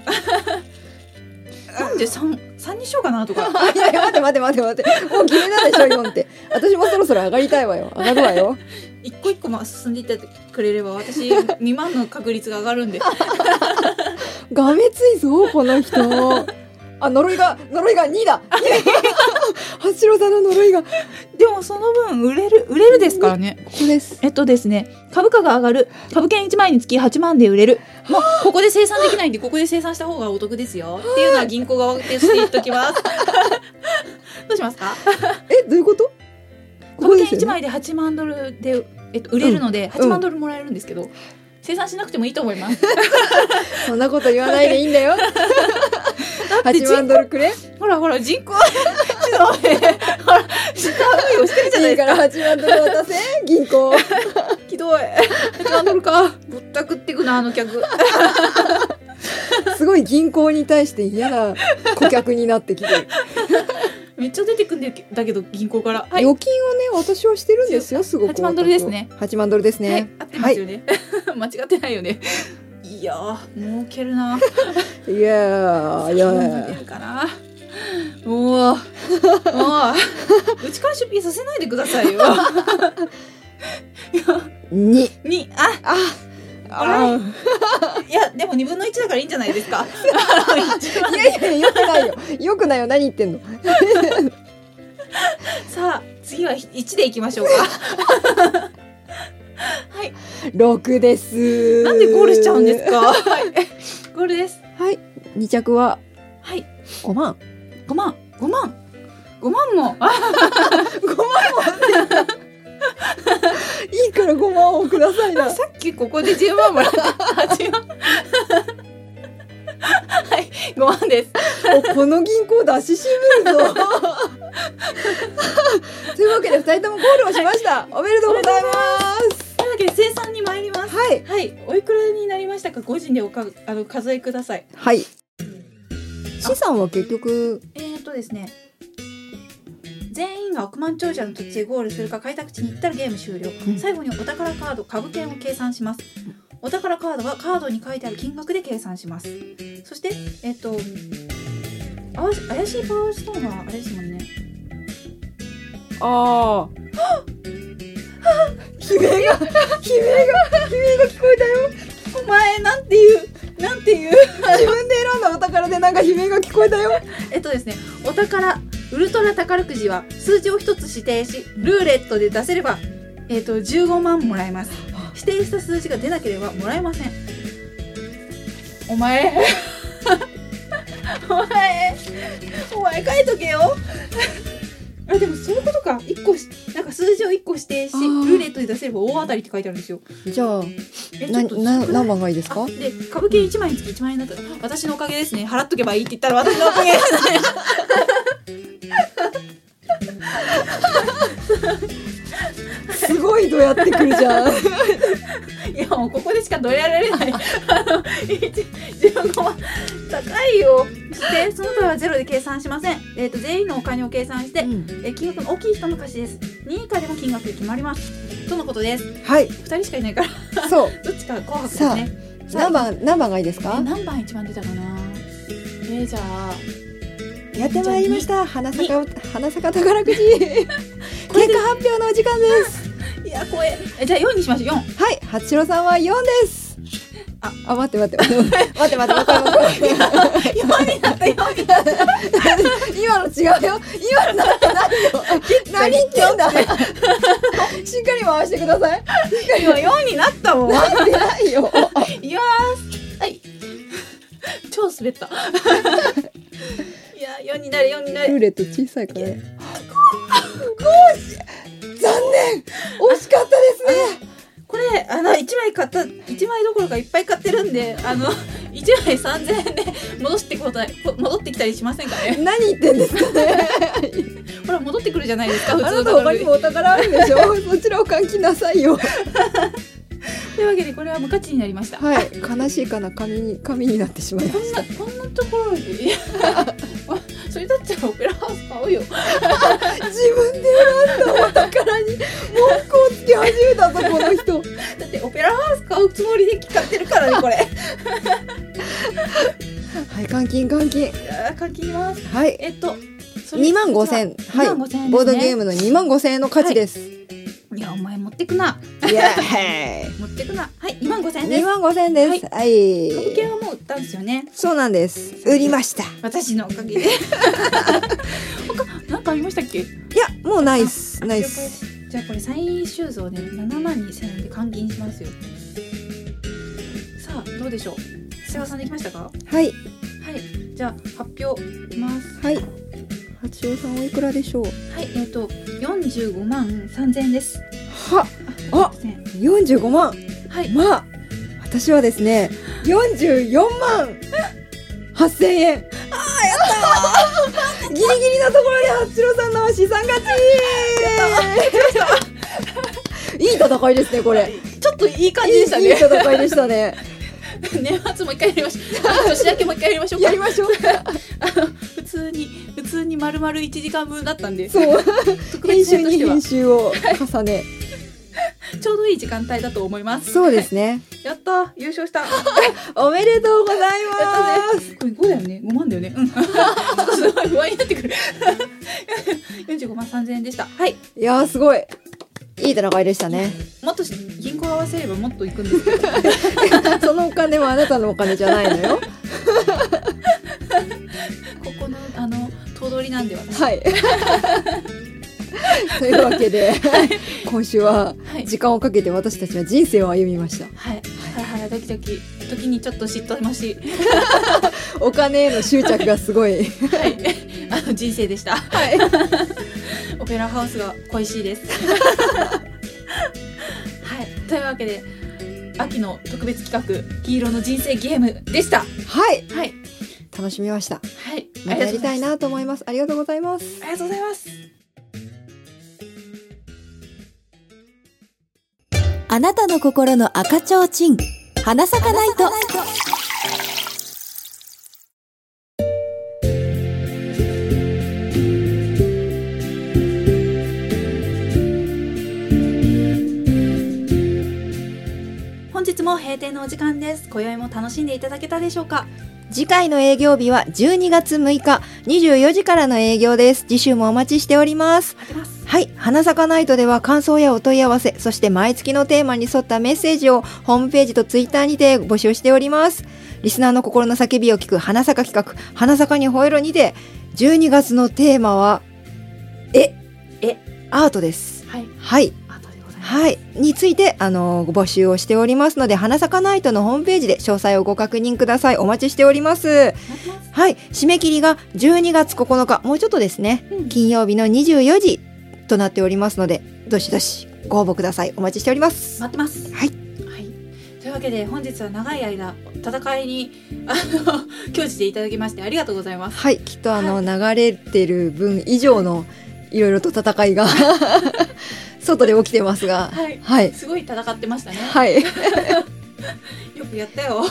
Speaker 1: なんで三三にしようかなとか
Speaker 2: いやいや待って待って待って待ってもう決めたでしょ4って私もそろそろ上がりたいわよ上がるわよ
Speaker 1: 一個一個まあ進んでいってくれれば私二万の確率が上がるんで
Speaker 2: がめついぞこの人あ呪いが呪いが2だ 八郎さんの呪いがこ
Speaker 1: でもその分売れる売れるですからね
Speaker 2: こです
Speaker 1: えっとですね株価が上がる株券一枚につき八万で売れるもうここで生産できないんでここで生産した方がお得ですよっていうのは銀行側でして言っときます どうしますか
Speaker 2: えどういうことここ
Speaker 1: 株
Speaker 2: で
Speaker 1: 券
Speaker 2: す
Speaker 1: 1
Speaker 2: よね
Speaker 1: 枚で8万ドルで、えっと、売れるので
Speaker 2: うん
Speaker 1: 8万ドルもらえるんですけど、生産しなくてもいいと思い ます。
Speaker 2: そんなこと言わないでいい んだよ8万ドルくれ
Speaker 1: ほらほら人口ちょっと待ってほら下運用してるじゃない
Speaker 2: いい
Speaker 1: で
Speaker 2: から8万ドル渡せ銀行
Speaker 1: すか。ひどい。8万ドルか。ぼったくってくなあの客。
Speaker 2: すごい銀行に対して嫌な顧客になってきてる、
Speaker 1: めっちゃ出てくんだけど銀行から。はい。
Speaker 2: 預金をね私はしてるんですよすごく
Speaker 1: 8万ドルですね
Speaker 2: 8万ドルですね、
Speaker 1: はい、合ってますよね。 間違ってないよね。いやー儲けるな。
Speaker 2: いやーいや
Speaker 1: 儲け
Speaker 2: ー
Speaker 1: るかな。もうもう うちから出品させないでくださいよ。
Speaker 2: 2
Speaker 1: にあ
Speaker 2: ああ
Speaker 1: いやでも2分の1だからいいんじゃないですか
Speaker 2: いやいやよくないよよくないよ何言ってんの
Speaker 1: さあ次は1でいきましょうかはい
Speaker 2: 6です
Speaker 1: なんでゴールしちゃうんですかはいゴールです
Speaker 2: はい2着は
Speaker 1: はい
Speaker 2: 5万
Speaker 1: 5万5万5万もあ
Speaker 2: 5万もいいから5万をくださいな
Speaker 1: さっきここで10万もらった8万 はい5万です
Speaker 2: おこの銀行出し渋る ぞというわけで2人ともゴールをしました、おめでとうございます
Speaker 1: というわけで生産に参ります
Speaker 2: はい
Speaker 1: はいおいくらになりましたか個人でおかあの数えください
Speaker 2: はい資産は結局
Speaker 1: えー、とですね全員が億万長者の土地へゴールするか開拓地に行ったらゲーム終了、
Speaker 2: うん
Speaker 1: 最後にお宝カード株券を計算しますお宝カードはカードに書いてある金額で計算しますそしてえっ、とあわし怪しいパワーストーンはあれですもんね
Speaker 2: ああ。 悲鳴 が、悲鳴が、悲鳴が 聞こえたよ。
Speaker 1: お前なんていうなんていう
Speaker 2: 自分で選んだお宝でなんか悲鳴が聞こえたよ。
Speaker 1: えっとですねお宝ウルトラ宝くじは数字を一つ指定しルーレットで出せればえっ、と15万もらえます指定した数字が出なければもらえませんお前お前お前
Speaker 4: 書いとけよ
Speaker 1: あでもそういうことか一個しなんか数字を一個指定し
Speaker 2: あ
Speaker 1: ル
Speaker 2: ー
Speaker 1: ーレットで出せれば大当たりって書いてあるんですよ
Speaker 2: じゃあ
Speaker 1: え
Speaker 2: な
Speaker 1: ちょっと
Speaker 2: な
Speaker 1: 少
Speaker 2: 何
Speaker 1: ない
Speaker 2: 番がいいですか
Speaker 1: あで株券1枚につき1万円だったら私のおかげですね払っとけばいいって言ったら私のおかげですね
Speaker 2: すごいどうやってくるじゃん
Speaker 1: いやもうここでしかどれやられないあの15万高いよそしてその他はゼロで計算しません、えー、と全員のお金を計算して、えー金額の大きい人の貸しです2位以下でも金額が決まりますとのことです
Speaker 2: はい
Speaker 1: 2人しかいないから
Speaker 2: そう
Speaker 1: どっちか紅白ですね
Speaker 2: 何番何番がいいです
Speaker 1: え
Speaker 2: か
Speaker 1: 何番一番出たかなえー、じゃあ
Speaker 2: やってまいりました花坂花坂宝くじ 結果発表のお時間です
Speaker 1: いや怖ええじゃあ4にしましょう4
Speaker 2: はい八代さんは四です
Speaker 1: あ
Speaker 2: あ待 って待って待って待って待って待って
Speaker 1: 4になった4になった
Speaker 2: 今の違うよ今のなんてないよ何言ってんだしっかり回してください
Speaker 1: 今4になったもん
Speaker 2: なんてないよ
Speaker 1: いやーはい。 超滑 った。いやー、四になる、四にな
Speaker 2: ル
Speaker 1: る。
Speaker 2: ーレット小さいから。ね残念惜しかったですね
Speaker 1: これ、あの、一枚買った、一枚どころかいっぱい買ってるんで、あの。 一枚三千円で戻してこない、こ戻ってきたりしませんかね。
Speaker 2: 何言ってんですかね
Speaker 1: ほら、戻ってくるじゃないですか、
Speaker 2: あ
Speaker 1: 普通
Speaker 2: な
Speaker 1: の
Speaker 2: た他
Speaker 1: 宝
Speaker 2: に
Speaker 1: くじ
Speaker 2: もお宝あるでしょそちらを換気なさいよ
Speaker 1: というわけで、これは無価値になりました。こ
Speaker 2: はい悲しいかな紙に紙になってしまいま
Speaker 1: ん
Speaker 2: し
Speaker 1: な、こんなところで、 いやそれだったらオペラハウス買おうよ。
Speaker 2: た自分で選んだお宝に文句をつけ始めたぞこの人
Speaker 1: だって、オペラハウス買うつもりで買ってるから ね、これ。
Speaker 2: はい換金換金
Speaker 1: いやー、書きます。
Speaker 2: はい
Speaker 1: えっと。それ
Speaker 2: 2万5千は
Speaker 1: 25,000
Speaker 2: い、
Speaker 1: ですね
Speaker 2: ボードゲームの2万5千円の価値です、
Speaker 1: いや、お前持ってくな。
Speaker 2: イエー
Speaker 1: 持ってくな。はい、2万5千円
Speaker 2: イ
Speaker 1: で
Speaker 2: 2
Speaker 1: す。
Speaker 2: 万5千円ですはい、
Speaker 1: 株券はもう売ったんですよね。
Speaker 2: そうなんです売りました
Speaker 1: 私のおかげで。他、なんかありましたっけ。
Speaker 2: いやもうないっすないっす
Speaker 1: 了解ですじゃあ、これ再収蔵で7万2千円で換金しますよ。さあ、どうでしょう。幸せさんできましたか。は
Speaker 2: はい
Speaker 1: い、じゃあ、発表いきます。
Speaker 2: はい八尾さんおいくらでしょう
Speaker 1: はい、えっ、と、45万3千円です。
Speaker 2: はあ
Speaker 1: すいません
Speaker 2: 45万
Speaker 1: はい、
Speaker 2: まあ私はですね44万8000円あーやったーギリギリのところで八代さんの資産勝ちいい戦いですねこれ
Speaker 1: ちょっといい感
Speaker 2: い
Speaker 1: じ
Speaker 2: い
Speaker 1: でした
Speaker 2: いい
Speaker 1: ね。
Speaker 2: 戦いでしたね
Speaker 1: 年末もう一回やり ましょう。年明けもう一回やりましょうか
Speaker 2: や。りましょう
Speaker 1: 普通に普通に丸々1時間分だったんで
Speaker 2: そう
Speaker 1: 特
Speaker 2: 編
Speaker 1: 別
Speaker 2: 集
Speaker 1: 編と
Speaker 2: に
Speaker 1: しては
Speaker 2: 編集を重ね
Speaker 1: ちょうどいい時間帯だと思います
Speaker 2: そうですね
Speaker 1: やった優勝した
Speaker 2: おめでとうございます
Speaker 1: これ5だよね5万だよねうんちょっとすごい不安になってくる45万3000円でしたはい
Speaker 2: いやーすごいいい戦いでしたね
Speaker 1: もっとし銀行合わせればもっといくんですけど
Speaker 2: そのお金はあなたのお金じゃないのよ
Speaker 1: ここのあの頭取なんでは
Speaker 2: はい というわけで今週は
Speaker 1: はい
Speaker 2: 時間をかけて私たちは人生を歩みました
Speaker 1: はいハラハラドキドキ時にちょっと嫉妬もし
Speaker 2: お金への執着がすごい
Speaker 1: はいあの人生でした
Speaker 2: はい
Speaker 1: オペラハウスが恋しいです。はい、というわけで秋の特別企画「黄色の人生ゲーム」でした。は
Speaker 2: はい
Speaker 1: い、
Speaker 2: 楽しみました
Speaker 1: はい、
Speaker 2: またやりたい
Speaker 1: な。
Speaker 2: なと思いますありがとうございます
Speaker 1: ありがとうございます。
Speaker 5: あなたの心の赤ちょうちん。花咲かないと。
Speaker 1: 本日も閉店のお時間です。今宵も楽しんでいただけたでしょうか。
Speaker 2: 次回の営業日は12月6日24時からの営業です次週もお待ちしております
Speaker 1: 待ってます。
Speaker 2: はい。花咲かナイトでは感想やお問い合わせ、そして毎月のテーマに沿ったメッセージをホームページとツイッターにて募集しております。リスナーの心の叫びを聞く花咲か企画、花咲かに吠えろにて、12月のテーマは、え、
Speaker 1: え、
Speaker 2: アートです。
Speaker 1: はい、
Speaker 2: はい。
Speaker 1: あとでございます。
Speaker 2: はい、について、あのー募集をしておりますので、花咲かナイトのホームページで詳細をご確認ください。お待ちしております。はい、締め切りが12月9日、もうちょっとですね、金曜日の24時となっておりますので、どしどしご応募ください。お待ちしております。
Speaker 1: 待ってます。
Speaker 2: はい
Speaker 1: はい。というわけで本日は長い間戦いにあの 享受ていただきましてありがとうございます。
Speaker 2: はい、きっとあの、流れてる分以上のいろいろと戦い が外で起きてますが、
Speaker 1: はい。
Speaker 2: はい、
Speaker 1: すごい戦ってましたね。
Speaker 2: はい、
Speaker 1: よくやったよ。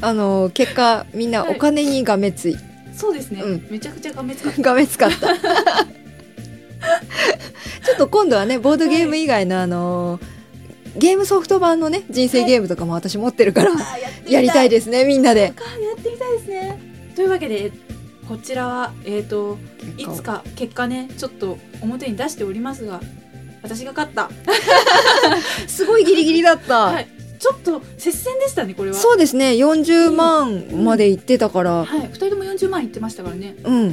Speaker 2: あの結果みんな
Speaker 1: はい
Speaker 2: お金にがめつい、
Speaker 1: そうですね。
Speaker 2: うん
Speaker 1: めちゃくちゃがめつかった。
Speaker 2: がめつか った。ちょっと今度はねボードゲーム以外のあのゲームソフト版のね人生ゲームとかも私持ってるから、
Speaker 1: あーやってみ
Speaker 2: やりたい
Speaker 1: で
Speaker 2: ですねみんなで。
Speaker 1: す。やってみたいですね。というわけでこちらはえっ、といつか結果ねちょっと表に出しておりますが私が勝った。
Speaker 2: すごいギリギリだった。
Speaker 1: はい。ちょっと接戦でしたねこれは。
Speaker 2: そうですね40万まで行ってたから、
Speaker 1: はい。二人とも40万いってましたからね。
Speaker 2: うん、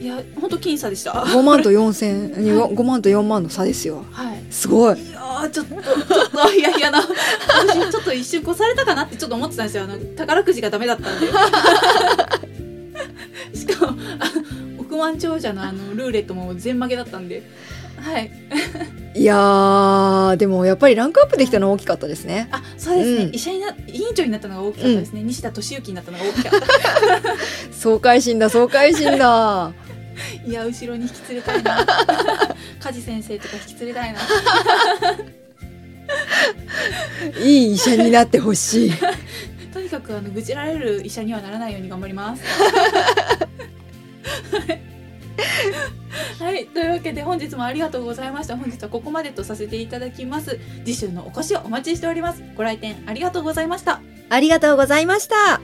Speaker 1: いや本当僅差でした。は
Speaker 2: 5万と4千5万と4 万の差ですよ
Speaker 1: い。
Speaker 2: すごい
Speaker 1: いやーちょっとちょっとい やいやな私ちょっと一瞬越されたかなってちょっと思ってたんですよあの宝くじがダメだったんで しかもあ億万長者のあのルーレットも全負けだったんではい
Speaker 2: いやーでもやっぱりランクアップできたのは大きかったですね
Speaker 1: あそうですね、
Speaker 2: うん
Speaker 1: 医者にな委員長になったのが大きかったですね、西田敏行になったのが大きか った
Speaker 2: 爽快心だ爽快 心だ
Speaker 1: いや後ろに引き連れたい な梶先生とか引き連れたいない
Speaker 2: い医者になってほしい
Speaker 1: とにかくあの愚痴られる医者にはならないように頑張ります。はい、というわけで本日もありがとうございました。本日はここまでとさせていただきます。次週のお越しをお待ちしております。ご来店ありがとうございました。
Speaker 2: ありがとうございました